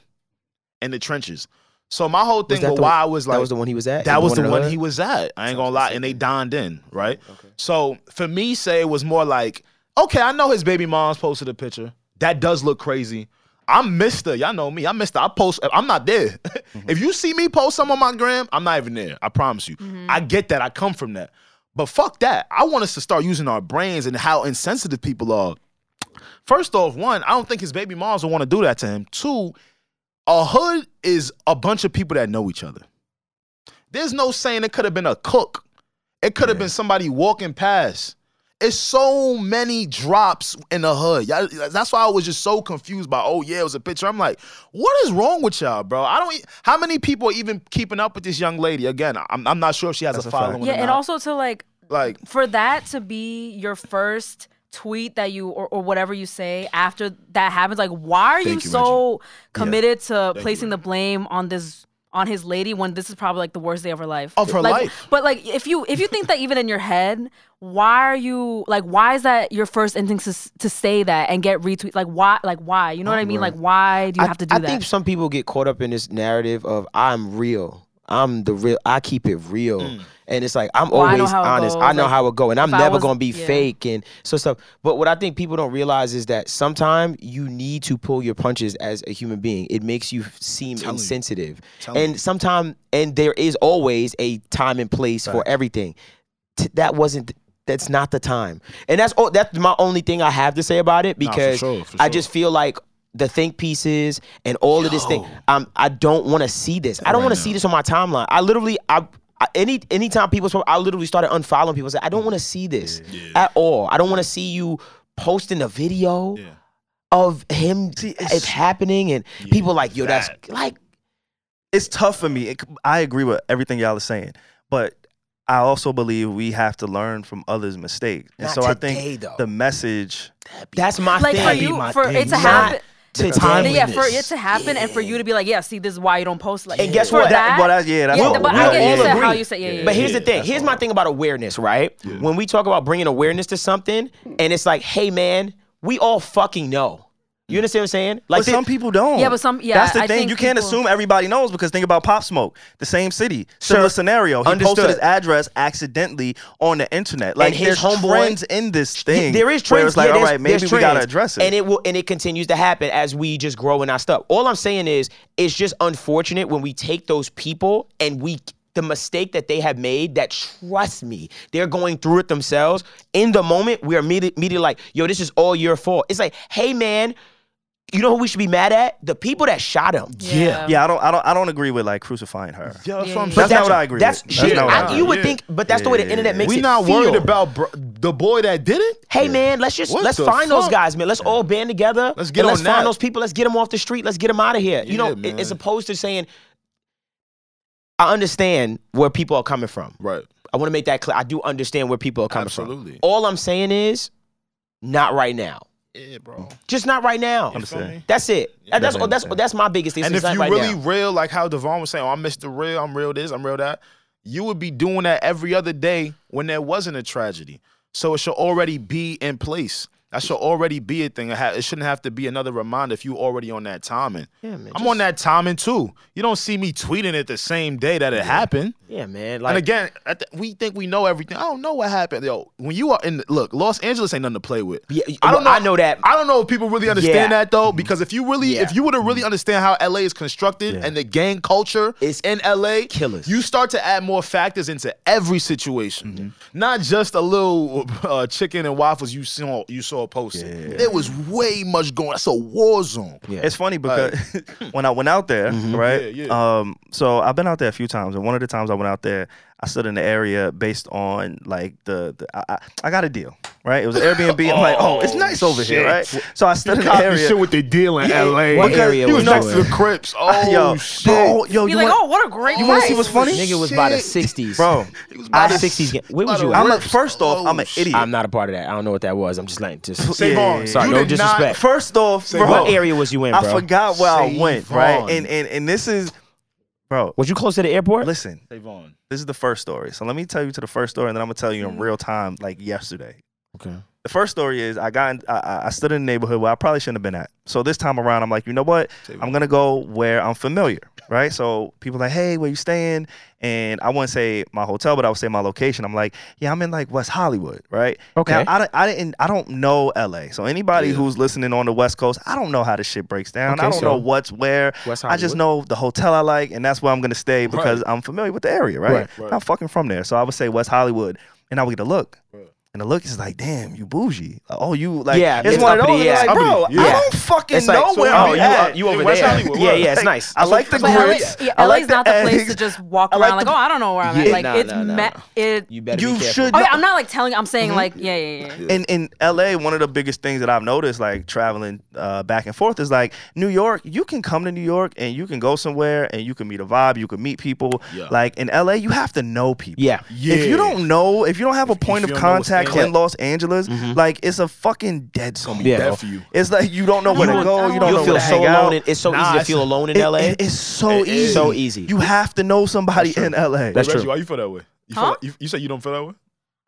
in the trenches. So my whole thing that with the- why I was like that was the one he was at. That was the in one hood? he was at. I ain't gonna lie, and they dined in, right? So for me, say it was more like, okay, I know his baby mom's posted a picture. That does look crazy. I'm Mister. Y'all know me. I'm Mister. I post. I'm not there. if you see me post some on my gram, I'm not even there. I promise you. I get that. I come from that. But fuck that. I want us to start using our brains and how insensitive people are. First off, one, I don't think his baby moms would want to do that to him. Two, a hood is a bunch of people that know each other. There's no saying it could have been a cook. It could have been somebody walking past. It's so many drops in the hood. Y'all, that's why I was just so confused by, oh yeah, it was a picture. I'm like, what is wrong with y'all, bro? I don't. e- How many people are even keeping up with this young lady? Again, I'm, I'm not sure if she has a a fact. following. yeah, or and not. also to like like for that to be your first tweet that you or, or whatever you say after that happens like why are you, Thank you, so committed to placing the blame on this on his lady when this is probably like the worst day of her life Of her Like, life. but like if you if you think that even in your head why are you like why is that your first instinct to, s- to say that and get retweet like why like why you know what i mean like why do you I, have to do I that think some people get caught up in this narrative of I'm real. I'm the real. I keep it real, and it's like I'm Well, I know always how it honest. goes, I know like, how it go, and I'm if I never was- gonna be yeah. fake and so stuff. But what I think people don't realize is that sometimes you need to pull your punches as a human being. It makes you seem insensitive, and sometimes and there is always a time and place for everything. T- that wasn't. That's not the time, and that's all. That's my only thing I have to say about it for because sure, for I sure. just just feel like the think pieces and all of this thing. Um, I don't want to see this. I don't want to see this on my timeline. I literally, I, I any anytime people, spoke, I literally started unfollowing people. Say, I don't want to see this at all. I don't want to see you posting a video of him. it's, happening, and people like, yo, that's like, it's tough for me. It, I agree with everything y'all are saying, but I also believe we have to learn from others' mistakes. And Not so I today, think though. the message that's my like thing. for you for it to Not happen today. yeah for it to happen and for you to be like yeah see this is why you don't post like And guess for what? that, That- well, that's- yeah, that's yeah what- but we'll i get all into how agree. you say yeah, yeah, But yeah. here's the thing. Here's my thing about awareness, right? When we talk about bringing awareness to something, and it's like, hey, man, we all fucking know. You understand what I'm saying? Like but some thi- people don't. Yeah, but some- yeah, That's the I thing. think You can't people- assume everybody knows because think about Pop Smoke, the same city, similar scenario. He Understood. posted his address accidentally on the internet. Like there's his homeboy- trends in this thing. there is where trends. it's like, yeah, all there's- right, maybe there's we gotta trends. address it. and it will, and it continues to happen as we just grow in our stuff. All I'm saying is, it's just unfortunate when we take those people and we the mistake that they have made. That trust me, they're going through it themselves. In the moment, we are immediately, immediately like, "Yo, this is all your fault." It's like, "Hey, man." You know who we should be mad at? The people that shot him. yeah, I don't, I don't, I don't agree with like crucifying her. yeah, that's what I'm saying. But that's- not what I agree That's with. shit. That's not what I I- agree you with. would think, but that's the way the internet makes we it not feel. worried about bro- the boy that did it. Hey man, let's just What let's the find those fuck? guys, man. Let's all band together. Let's get and on let's that. find those people. Let's get them off the street. Let's get them out of here. you know, Yeah, man. as opposed to saying, I understand where people are coming from. Right. I want to make that clear. I do understand where people are coming Absolutely. from. All I'm saying is, not right now. Yeah, bro. Just not right now. Understand. That's it. That- that's that's that's my biggest thing. And if It's not you right really now. real, like how Devon was saying, oh, I'm Mr. Real, I'm real this, I'm real that, you would be doing that every other day when there wasn't a tragedy. So it should already be in place. That should already be a thing. It ha- it shouldn't have to be another reminder if you already on that timing. Yeah, man, I'm just- on that timing too. You don't see me tweeting it the same day that it happened. yeah, man. And Like again, I th- we think we know everything. I don't know what happened. Yo, when you are in, look, Los Angeles ain't nothing to play with. Yeah, well, I know that. I don't know if people really understand Yeah. that though, because if you really, Yeah. if you were to really understand how LA is constructed and the gang culture is It's in LA, killers. you start to add more factors into every situation, Mm-hmm. not just a little uh, chicken and waffles you saw you saw posted. There was way much going. That's a war zone. Yeah. It's funny because when I went out there, right? Mm-hmm. Yeah, Um, so I've been out there a few times, and one of the times I went out there, I stood in the area based on like the, the I, I- I got a deal, right? It was an Airbnb. I'm like, oh, it's nice over here, right? So I stood in the Copy area. shit with the deal in LA. What area He was was next that to the in? Crips. Oh yo, shit. bro, yo, be you like want- oh what a great you want to see place. what's funny, nigga was by the shit. '60s, bro? By '60s. game. Where was you? I'm At? like, first off, I'm an idiot. I'm not a part of that. I don't know what that was. I'm just like just Say Vaughn, Sorry, you no did not- disrespect. First off, bro, What area was you in, bro? I forgot where I Say went, Vaughn. right? And and and this is, bro. Was you close to the airport? Listen, this is the first story. So let me tell you to the first story, and then I'm gonna tell you Mm-hmm. in real time, like yesterday. Okay. The first story is I got in, I- I, I stood in a neighborhood where I probably shouldn't have been at. So this time around, I'm like, you know what? I'm gonna go where I'm familiar, right? So people like, hey, where you staying? And I wouldn't say my hotel, but I would say my location. I'm like, yeah, I'm in like West Hollywood, right? Okay. Now, I, don't- I didn't I don't know LA. So anybody who's listening on the West Coast, I don't know how this shit breaks down. Okay, I don't so- know what's where. West I just Hollywood. know the hotel I like, and that's where I'm gonna stay because I'm familiar with the area, right? Right, I'm fucking from there. So I would say West Hollywood, and I would get a look. And the look is like, damn, you bougie. Like, oh, you like, Yeah, it's it's one of uppity, those. yeah. It's like, bro, Uppity, I yeah. don't fucking It's like, know so where how I'm you- at. you over In West there. Hollywood, Yeah, where? yeah, it's Like, nice. I like the But LA, grits. yeah, I LA's like the not the place eggs. to just walk I like around the- like, oh, I don't know where I'm Yeah, at. Like nah, it's nah, nah. ma- it. You Mm-hmm. better You be careful. should Oh yeah, I'm not like telling. I'm saying like, yeah, yeah, yeah. in in LA, one of the biggest things that I've noticed, like traveling uh, back and forth, is like New York. You can come to New York and you can go somewhere and you can meet a vibe. You can meet people. Yeah. Like in LA, you have to know people. Yeah. Yeah. If you don't know, if you don't have a point you don't of know what's contact in- in Los Angeles, like it's a fucking dead zone. Mm-hmm. Yeah. bro. dead for you. It's like you don't know I where don't to want- I go. don't You don't want- know where You'll feel to so hang out. alone. and It's so Nah, easy to it's- feel alone in It- LA. it- it's so It easy. is. So easy. You have to know somebody That's true. in LA. That's Reggie, true. why you feel that way? You, Huh? feel like, you, you say you don't feel that way?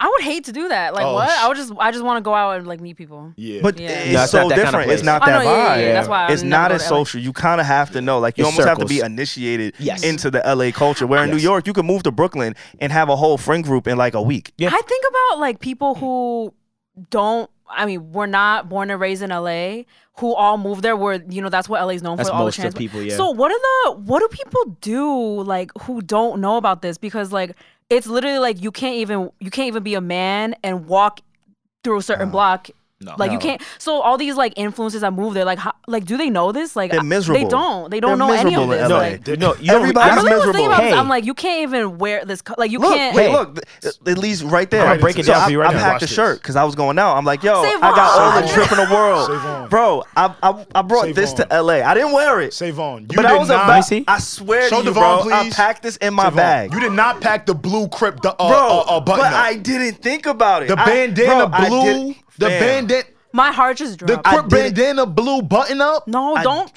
I would hate to do that. Like Oh, what? sh- I would just. I just want to go out and like meet people. Yeah. But Yeah. it's No, it's so not that kind of different. it's place. not Oh, that no, yeah, yeah, vibe. yeah. That's why I it's would not never as go to LA. social. You kind of have to know. Like you It's almost have to be circles. initiated Yes. into the LA culture. Where in New Yes. York, you can move to Brooklyn and have a whole friend group in like a week. Yeah. I think about like people who don't. I mean, we're not born and raised in LA. Who all moved there? Where you know that's what LA's known That's for. All most the of trans people, yeah. So what are the what do people do like who don't know about this? Because like it's literally like you can't even you can't even be a man and walk through a certain block. No. Like you No. can't. So all these like influencers that move there, like how, like do they know this? Like They're I- miserable. They don't. They don't They're know any of miserable in this. LA. Like, Dude, no, you don't- I Everybody's really was thinking miserable. about this. Hey. I'm like, you can't even wear this. co- Like you Look, can't. wait, Hey. look. th- It leads right there. All right, break it So down I, for you right I now. packed a Watch shirt because I was going out. I'm like, yo, Savon. I got all the Savon. trip in the Savon. world, bro. I I, I brought this Savon. to LA. I didn't wear it, Savon, you but did I was not. about. see. I swear Show to you, Devon, bro. I please. packed this in my Savon, bag. You did not pack the blue crip the, uh, Bro, uh, uh, button but up. I didn't think about it. the I- bandana bro, I blue, didn't- the Fam. bandana, My heart just the dropped. crip didn't- bandana blue button up. no, I- don't.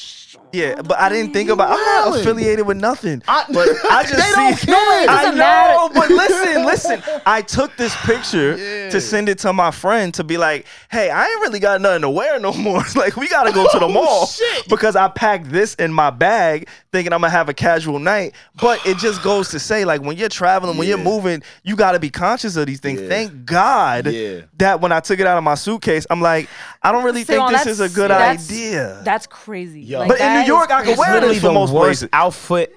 Yeah, but I didn't think about. I'm not wildin'. affiliated with nothing. I- but I just They see. don't care. No, it I doesn't know, matter. but listen, listen. I took this picture to send it to my friend to be like, "Hey, I ain't really got nothing to wear no more. like, we gotta go to Oh, the mall because I packed this in my bag, thinking I'm gonna have a casual night. But it just goes to say, like, when you're traveling, when you're Yeah. moving, you gotta be conscious of these things. Yeah. Thank God Yeah. that when I took it out of my suitcase, I'm like, I don't really Savon, think this is a that's- good that's- idea. That's crazy. Yo. Like, But in that New is York, I crazy. can wear literally this for the most worst places. outfit.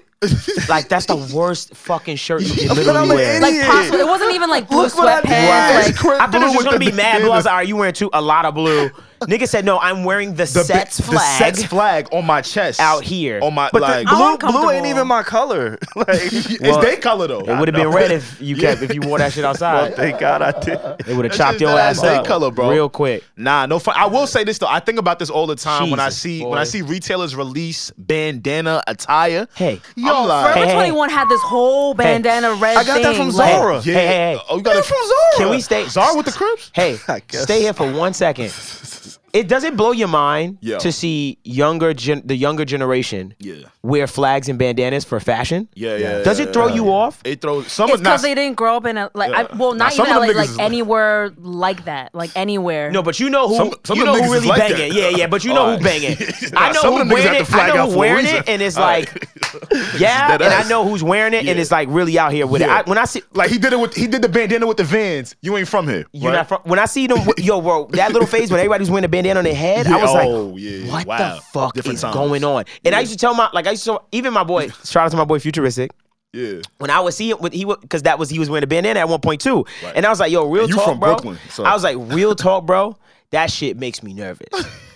like that's the worst fucking shirt you can But I'm literally an wear. idiot. Like possible. It wasn't even like blue Look what I did. sweatpants. Like, It's cra- I thought blue it was with just gonna the be mad blue. bandana. I was like, "Are you wearing too a lot of blue?" Nigga said, "No, I'm wering the, The, ba- Sets the flag Sets flag on my chest. out here." On my, But like, the I'm blue, uncomfortable. blue ain't even my color. like, it's they color though. it would have been red if you kept if you wore that shit outside. thank God I did. They would have That's chopped just your that ass day up color, bro. real quick. Nah, no fun. I will say this though. I think about this all the time when I Jesus, see boy. when I see retailers release bandana attire. Hey. yo, Forever Hey, hey, hey. 21 had this whole bandana red I got that thing, from like- Zara. yeah. Hey, hey, hey. Oh, you got They're it from Zara. Can we stay? Czar with the Crips? Hey, I guess. stay here for one second. It doesn't blow your mind Yo. to see younger gen- the younger generation Yeah. wear flags and bandanas for fashion. Yeah, yeah. Does yeah, it throw yeah. you off? It throws some It's not- because they didn't grow up in a like. Yeah. I, well, Nah, not some even of them LA, niggas like is- anywhere like that. Like anywhere. No, but you know who Some- some you of them know niggas who is really like that. banging. Yeah, yeah, but you know Alright. who banging. Nah, I know some of them who niggas had wearing to it. flag I out know for who a wearing reason. it, and it's Alright. like, yeah, dead and I ass. know who's wearing it, and Yeah. it's like really out here with Yeah. it. I, when I see. like he did it with he did the bandana with the Vans. You ain't from here. You right? not from, when I see them, yo, bro, that little phase when everybody's wearing a bandana on their head, I Yeah, was oh, like, yeah, yeah, what wow. the fuck Different is times. going on? And I used to tell my, like, I used to, even my boy, shout out to my boy Futuristic, Yeah. when I would see it, with, he because that was he was wearing a bandana at one point too, and I was like, "Yo, real And you talk, from bro." Brooklyn, so- I was like, "Real talk, bro." That shit makes me nervous.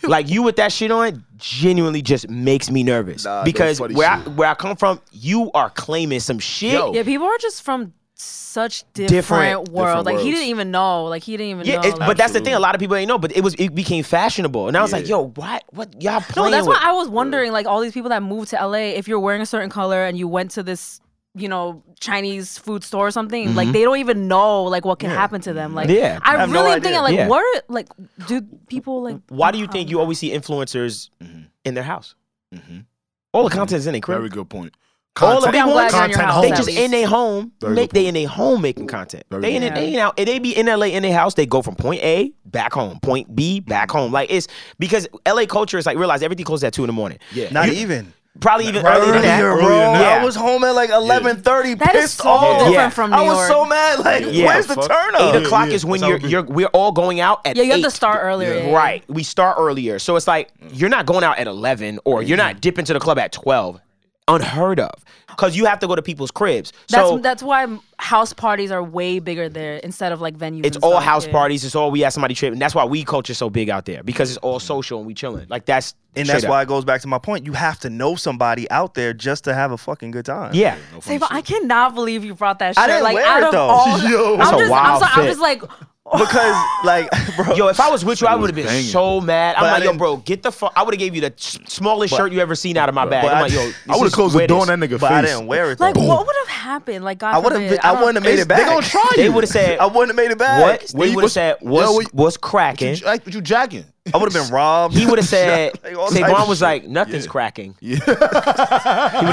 like you with that shit on, genuinely just makes me nervous Nah, no because funny where I, shit. where I come from, you are claiming some shit. Yo. Yeah, people are just from such different, Different- different world. like he worlds. didn't even know. Like he didn't even yeah, know. it's- like- but that's the thing. A lot of people ain't know, but it was it became fashionable, and I was like, Yeah. "Yo, what? What y'all No, playing that's with?" why I was wondering, like all these people that moved to LA, if you're wearing a certain color and you went to this, you know, Chinese food store or something, like they don't even know like what can happen to them. Like, Mm-hmm. Yeah. I, I have no really am idea. thinking, like, Yeah. what are like do people like? why do you think you always see influencers in their house? Mhm. All the content's in it, Mm-hmm. Very crib. good point. All of Maybe them I'm glad you're in your content house. They at just least. in their home. Very Make, good they in their home making content. Very they good in point. they in out. They be in LA in their house. They go from point A back home, point B back home. Like it's because LA culture is like realize everything closes at two in the morning. Yeah. Not You- even Probably even earlier than that. earlier, bro. Earlier than that. I was home at like 11:30, That is pissed so off. different Yeah. from New I was York. so mad. Like, Yeah. where's the Fuck. turn Eight up? Yeah, o'clock yeah. is when That's how you're it be. you're we're all going out at Yeah, you have to eight. start earlier. yeah, yeah. Right. We start earlier. So it's like you're not going out at 11 or you're not dipping to the club at 12. unheard of because you have to go to people's cribs. That's so that's why m- house parties are way bigger there instead of like venues. it's and all stuff, house yeah. parties. It's all we have somebody tripping. That's why we culture so big out there because it's all social and we chilling. Like that's And straight that's up. why it goes back to my point. You have to know somebody out there just to have a fucking good time. Yeah. Save, I cannot believe you brought that. Shirt. I didn't like, wear out it, of though. All, Yo. I'm That's a just, wild I'm, so, I'm fit. just like, Because like, bro, Yo, if I was with you, I would have been banging. so mad. I'm But I like, yo, didn't- bro, get the fuck. I would have gave you the s- smallest shirt you ever seen out of my bag. but I'm I- like, yo, I this I would have is closed the door wettest. on that nigga but I face. didn't wear it. like though. what would have happened? Like God I would forbid, have. I don't- wouldn't have made It's- it back. they gonna try you. They would have said, I wouldn't have made it back. what? What? They you- would have said, yo, what's, what- what's You, cracking? j- like, you jacking? I would have been robbed. He would have said, Like, all types Savon of was shit. like, nothing's cracking. he would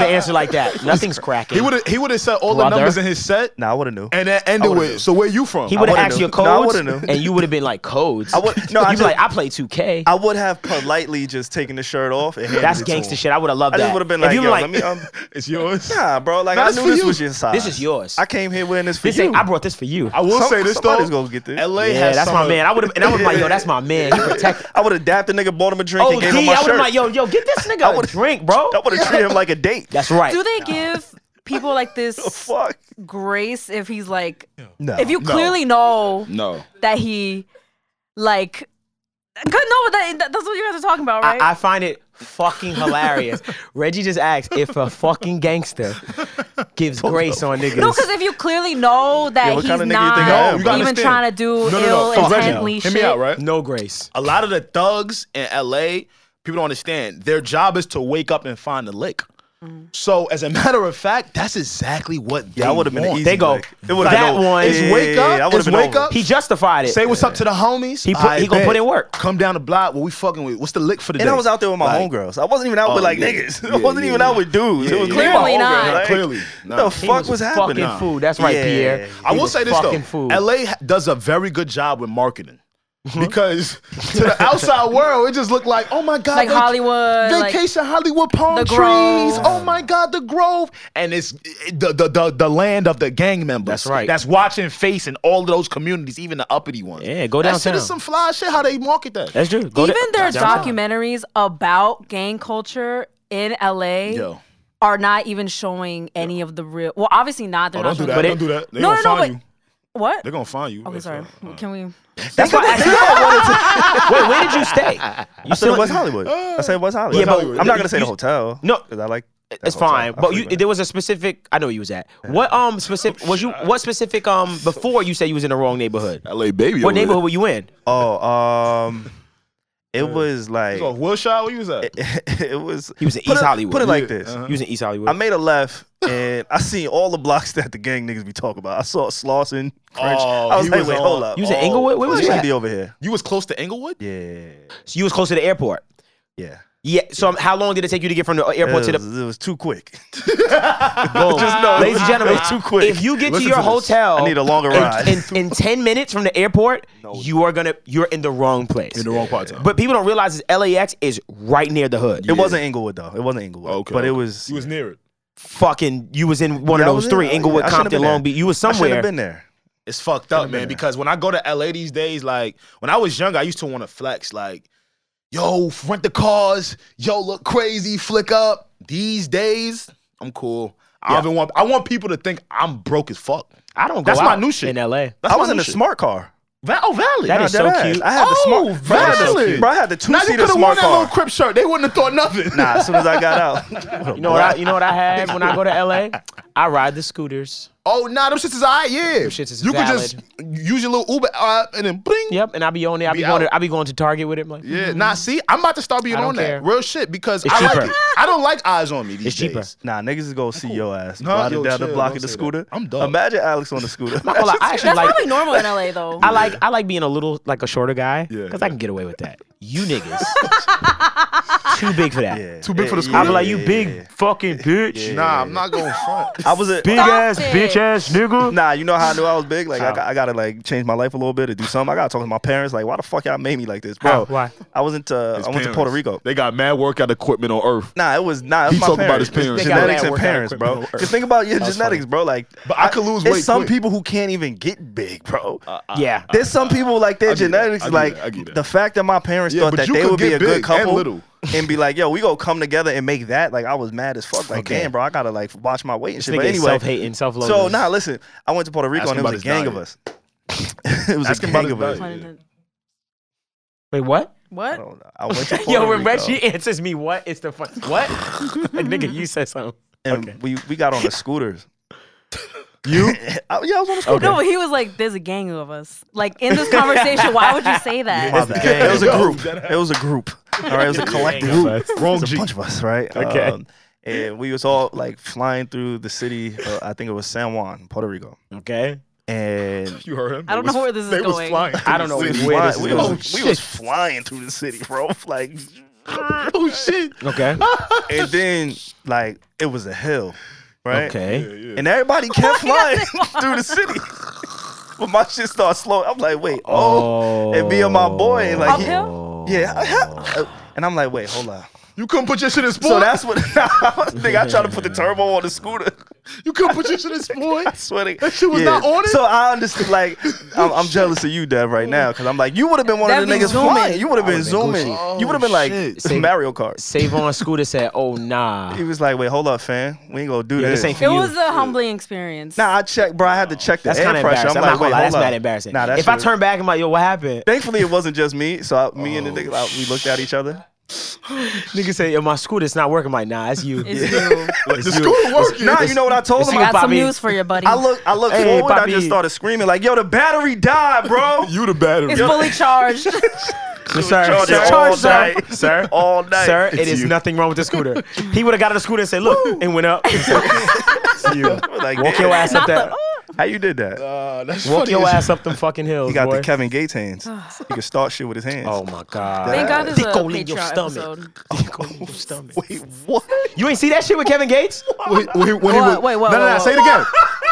have answered like that. Nothing's cracking. He would have. He would have said all Brother. the numbers in his set, Nah, I would have knew. and then ended would've with. knew. So where you from? He would have would've asked knew. your No, I codes, would've knew. and you would have been like, codes? I would- no, I You'd just- be like, I play 2K. I would have politely just taken the shirt off. And handed That's it to gangster him. shit. I would have loved I that. just would have been If like, you yo, were let me. Um, it's yours. nah, bro. Like That's I for knew this you. was your size. This is yours. I came here wearing this for this you. ain't, I brought this for you. I will Some- say this though. somebody's gonna get this. LA yeah, has that's some my of- man. I would have, and I would have like, yo, that's my man. He protect. I would have dapped the nigga, bought him a drink, OD, and I gave would him my have shirt. like, yo, yo, get this nigga a would've- drink, bro. I would have treated him like a date. That's right. Do they give people like this Fuck. grace if he's like, No. if you No. clearly know No. that he, like, good, no, but that, that- that's what you guys are talking about, right? I, I find it fucking hilarious. Reggie just asked if a fucking gangster gives grace on niggas. no, because if you clearly know that Yeah, what he's kinda nigga you not think I am, You bro? gotta even understand. trying to do no, no, ill no. Fuck, Reggie, intently Hear shit, me out, right? no grace. A lot of the thugs in LA, people don't understand. Their job is to wake up and find the lick. So as a matter of fact, that's exactly what they Yeah, I would have been want. easy. They go, lick. It would've that been over. one- It's wake Yeah, I up. would've It's been wake over. up. He justified it. Say what's up to the homies. He put- I he gonna bet. put in work. Come down the block. What we fucking with? What's the lick for the And day? I was out there with my Like, homegirls. I wasn't even out with Oh, like yeah. niggas. Yeah, I wasn't yeah, even out with dudes. It was yeah, clearly yeah. my Clearly homegirl. not. Like, Clearly The not. He fuck was, happening? Fucking food. That's right, Yeah. Pierre. I He will was say this though. fucking Food. LA ha- does a very good job with marketing. Mm-hmm. Because to the outside world, it just looked like, oh my god, Like Hollywood, like- vacation Hollywood palm The trees. Grove. Oh my god, the Grove, and it's the the the, the land of the gang members. That's right. That's watching face in all of those communities, even the uppity ones. Yeah, go That shit downtown. is some fly shit. How they market that? That's true. Go to- even their downtown. documentaries about gang culture in LA Yo. are not even showing any of the real. Well, obviously not. They're Oh, not don't do showing- that. But it- don't do that. They No, gonna no, no, find but- you. What? They're gonna uh, find you. Okay, They- sorry. Can we? That's why. That's why I wanted to. Wait, where did you stay? You I said it was Hollywood. I said it was Hollywood. Yeah, but- I'm not gonna say you- the hotel. No. because I like. that It's hotel. fine, I but you, frequent it. there was a specific. I know you was at what um specific was you what specific um before you said you was in the wrong neighborhood. Uh, LA baby. What over there. neighborhood were you in? Oh, um, it was like You was on Wilshire? Where you was at? it was. He was in put East it, Hollywood. Put it like Yeah, this: uh-huh. You was in East Hollywood. I made a left, and I seen all the blocks that the gang niggas be talking about. I saw Slauson, Crunch. Oh, I was he like, was wait, on- hold up. you was in Oh, Inglewood. Where was this you nigga at? be over here. You was close to Inglewood? Yeah, So you was close to the airport. yeah. Yeah. So um, how long did it take you to get from the airport to it, the was, it was too quick. boom? Just know, it Ladies and was- gentlemen, it was too quick. If you get Listen to your to this. hotel, I need a longer in- ride. In, in ten minutes from the airport, you are gonna you're in the wrong place. In the wrong part of town. But people don't realize is LAX is right near the hood. It wasn't Inglewood though. It wasn't Inglewood. Okay, but it okay. was. You was near it. Fucking, you was in one Yeah, I of was those in- three: I- Inglewood, I should've Compton, been there. Long Beach. You was I should somewhere. have been there. It's fucked up, man. there. Because when I go to LA these days, like when I was younger, I used to want to flex, like, yo, rent the cars, yo, look crazy, flick up. These days, I'm cool. I don't even want. I want people to think I'm broke as fuck. I don't. Go That's out my new shit. in LA. That's I was my in new a shit. smart car. Va- oh, valid. That Nah, is so Deadass. cute. I had the smart. Oh, bro, I had the- valid. Bro, I had the two now you seater could have worn smart that car. little crip shirt. They wouldn't have thought nothing. Nah, as soon as I got out. You know what? I, you know what I had when I go to LA? I ride the scooters. Oh, nah, them shits is alright. Yeah, shits is you valid. could just use your little Uber uh, and then bling. Yep, and I be on there. I be, Be going. out. To, I be going to Target with it. I'm like, Yeah, nah. See, I'm about to start being I don't on care. that real shit because It's I cheaper. like it. I don't like eyes on me these It's days. cheaper. Nah, niggas is gonna see your ass Nah, riding yo, down the chill, block don't in the say that. scooter. I'm dumb. Imagine Alex on the scooter. I'm not gonna lie, I actually That's like. probably normal in LA though. I like. I like being a little like a shorter guy Yeah. because I can get away with that. You niggas too big for that. Yeah. Too big for the I be Yeah, like, you yeah, big yeah. fucking bitch. Nah, I'm not going front. I was a Big Stop ass it. bitch ass nigga. Nah, you know how I knew I was big? Like, How? I, got- I gotta, like, change my life a little bit or do something. I gotta talk to my parents. Like, why the fuck y'all made me like this, How? bro? Why? I was into, I went to Puerto Rico. They got mad workout equipment on Earth. Nah, it was nah. It was He my talking parents. about his It's parents. genetics Nigga, I and work parents, out bro. quick on Just think about your genetics, bro. Like, But I could lose There's weight some quick. people who can't even get big, Uh, bro. Yeah. there's some people like their I get that. genetics, I get like that. I get that. the fact that my parents Yeah, thought but that you they could would be get a big good and couple. little. and be like, yo, we gonna come together and make that. Like I was mad as fuck. Like, Okay. damn, bro, I gotta like watch my weight and This shit. But nigga anyway, self hating, self loathing. so nah, listen. I went to Puerto Rico Ask and him it about was a his gang of diet. us. it was Ask a him about gang his of us. diet. Wait, what? I What? don't know. I went to Puerto Yo, when Rico. Red she answers me, what? It's the fun. What? like, nigga, you said something. and we, we got on the scooters. you? I, yeah, I was on the scooter. Okay. No, but he was like, "There's a gang of us." Like in this conversation, why would you say that? My It's bad. gang It was a of us. group. It was a group. All right, it was a collective Gang of group. us. It was a bunch of us, right? Um, Okay. and we was all like flying through the city. Uh, I think it was San Juan, Puerto Rico. Okay. And You heard him. I don't They know was- where this is they was going. flying. I don't know They was where fly- this is we, going. was, we was flying through the city, bro. Like, Oh shit. Okay. and then like it was a hill, right? Okay. And everybody kept flying through the city. But my shit started slow. I'm like, wait, oh, and me and my boy, like, he- Oh. Uphill? yeah, Uh, and I'm like, wait, hold on. You couldn't put your shit in sport. So that's what nigga, I tried to put the turbo on the scooter. you couldn't put your shit in sport. I swear to That shit was not on it? So I understand, like, I'm, I'm jealous of you, Dev, right now, because I'm like, you would have been one That'd of the be niggas zooming. flying. You would have been I would've been zooming. Gucci. you would have been like Oh, shit. Save- Mario Kart. Savon Scooter said, "Oh nah, He was like, wait, hold up, fam. We ain't gonna do Yeah, this. this ain't for It you." was a humbling experience. Nah, I checked, bro. I had to check the that's kind air of pressure. embarrassing. I'm, like, not gonna wait, lie, that's hold mad up. embarrassing. Nah, that if I shit- turn back, I'm like, yo, what happened? Thankfully, it wasn't just me. So I, me and the nigga, like, we looked at each other. Nigga said, yo, my scooter's not working. I'm like, nah, it's you. It's you. Like, the scooter working. Nah, you know what I told This him? nigga I, Got some Bobby. news for you, buddy. I look, I look Hey, forward. I Bobby. just started screaming like, "Yo, the battery died, bro!" You the battery. It's fully charged. Yes, sir, charged sir, it all sir, night. sir, All night. sir. It It's is you. nothing wrong with the scooter. He would have got on the scooter and said, look, and went up. It's you. like, Walk damn, your ass up Not that. the- oh, How you did that? Uh, that's Walk funny your as- ass up them fucking hills, He got boy. the Kevin Gates hands. He can start shit with his hands. oh my god. Thank God this is a Tickle in your Patreon stomach. episode. Tickle in your stomach. wait, what? You ain't see that shit with Kevin Gates? Wait, wait, wait, wait. What? Wait, what, No, no, what, no. what? Say it again.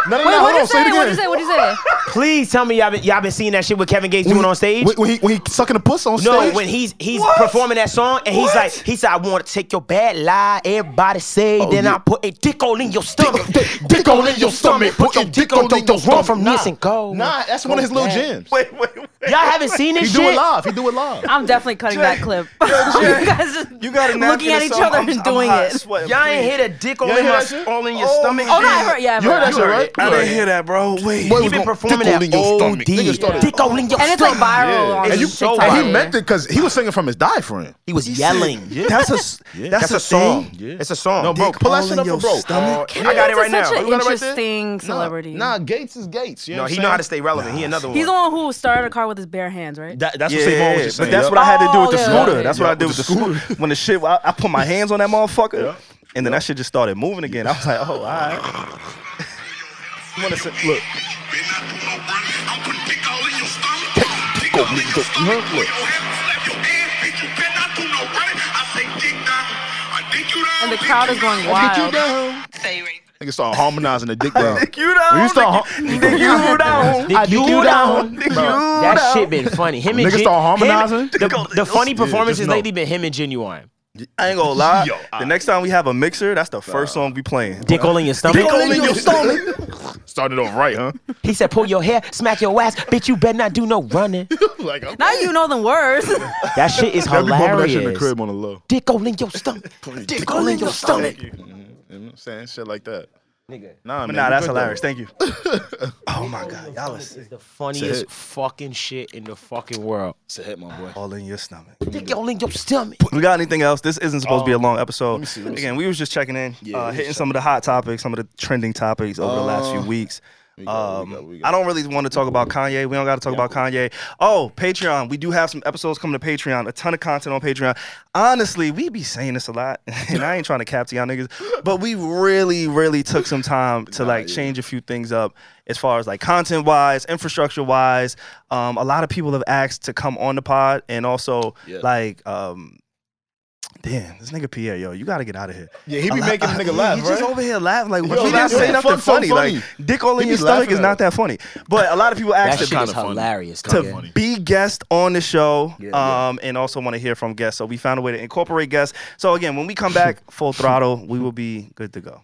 No, no, Wait, no. what'd Hold you on. Say say? it What'd you say? again. What'd you say? Please tell me y'all been, y'all been seeing that shit with Kevin Gates doing on stage. When, when he, when he sucking a puss on No, stage. when he's he's What? performing that song and he's What? like, he said, I want to take your bad lie, everybody say, then I put a dick hole in your stomach. dick hole in your stomach. Put your dick hole in your Run stomach. from Nah. this and go. Nah, that's one of his little back. jams. Wait, wait, wait. Y'all haven't seen He this do shit? it live. He do it live. I'm definitely cutting that clip. Jay, you guys just You got a napkin looking at or each something? other I'm- and I'm doing hot, it. sweating, Y'all ain't please. hit a dick hole Y'all in, hear my, that shit? all in your Oh stomach. Oh no, I jam. heard. Yeah, I You heard heard that shit, right? I didn't hear that, bro. Wait. Boy, He was been gonna performing dick hole that in your OD. stomach. Nigga started- Dick hole in your And it's like stomach. viral on And, you, TikTok. and he meant it because he was singing from his diaphragm. he was yelling. That's a that's, a song. It's a song. No, bro, Dick pull that hole shit in up for your bro. Oh, stomach. I got it right It's now. such You got it an right there? interesting celebrity. Nah, Gates is Gates. You know No, what he I'm know how to saying? stay relevant. He another one. He's the one who started a car with his bare hands, right? That, that's Yeah, what Savon was yeah, just but saying. that's Yup. what I had to do with the Oh, yeah, scooter. yeah, That's yeah. what I did With with the the scooter. When the shit, I, I put my hands on that motherfucker, and then that shit just started moving again. I was like, oh, all right. You wanna say- look, And the crowd is going wild. Nigga started harmonizing the dick down. Nick, you down. When you start Nick, Nick, you down. Dick you down. Nick, you Bro, that down. shit been funny. Him and Niggas Gen- start harmonizing? him- the, the funny Yeah, just performances know. lately been him and Genuine. I ain't gonna lie. Yo, I- the next time we have a mixer, that's the first song we playing. Dick hole in your stomach. Dick hole in your stomach. Started off right, huh? He said, pull your hair, smack your ass, bitch. You better not do no running. like, I'm Now you know the words. That shit is I'll be bumping that hilarious. shit in the crib on the low. Dick hole in your stomach. Dick hole in your stomach. You know what I'm saying? Shit like that. Nigga, Nah, man, Nah, you that's good hilarious. though. Thank you. Oh my god, y'all are sick. the funniest fucking shit in the fucking world. It's a hit, my boy. All in your stomach. Dick hole in your stomach. We got anything else? This isn't supposed to be a long episode. see, Oh. let me Again, we was just checking in, Yeah, uh, we hitting just some of the hot topics, some of the trending topics over the last few weeks. got- Um, we got- we got- I don't really want to talk about Kanye. We don't got to talk about Kanye. Oh, Patreon. We do have some episodes coming to Patreon. A ton of content on Patreon. Honestly, we be saying this a lot, and I ain't trying to cap to y'all niggas, but we really, really took some time to like change a few things up as far as like content wise, infrastructure wise. Um, a lot of people have asked to come on the pod, and also Yeah. like. Um, Damn, this nigga Pierre, yo, you gotta get out of here. Yeah, he be I- making a I- nigga laugh, He right? just over here laughing like Yo, we didn't laugh- say yo, nothing fuck, so funny. funny. Like dick all in He your be stomach laughing is at not him. that funny. But a lot of people That asked shit to, is kinda funny. hilarious. to nigga. be guest on the show, yeah. um, and also want to hear from guests. So we found a way to incorporate guests. So again, when we come back full throttle, we will be good to go.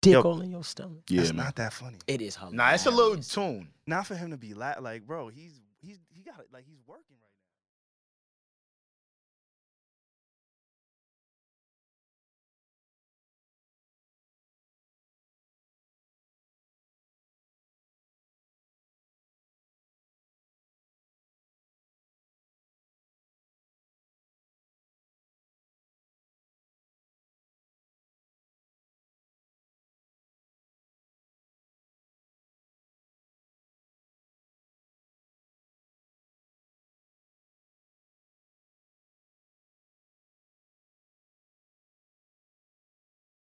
Dick Yo. hole in your stomach. it's Yeah, man. not that funny. It is hilarious. Nah, it's a little tune. Not for him to be la- like, bro, he's he's he got it. Like he's working right now.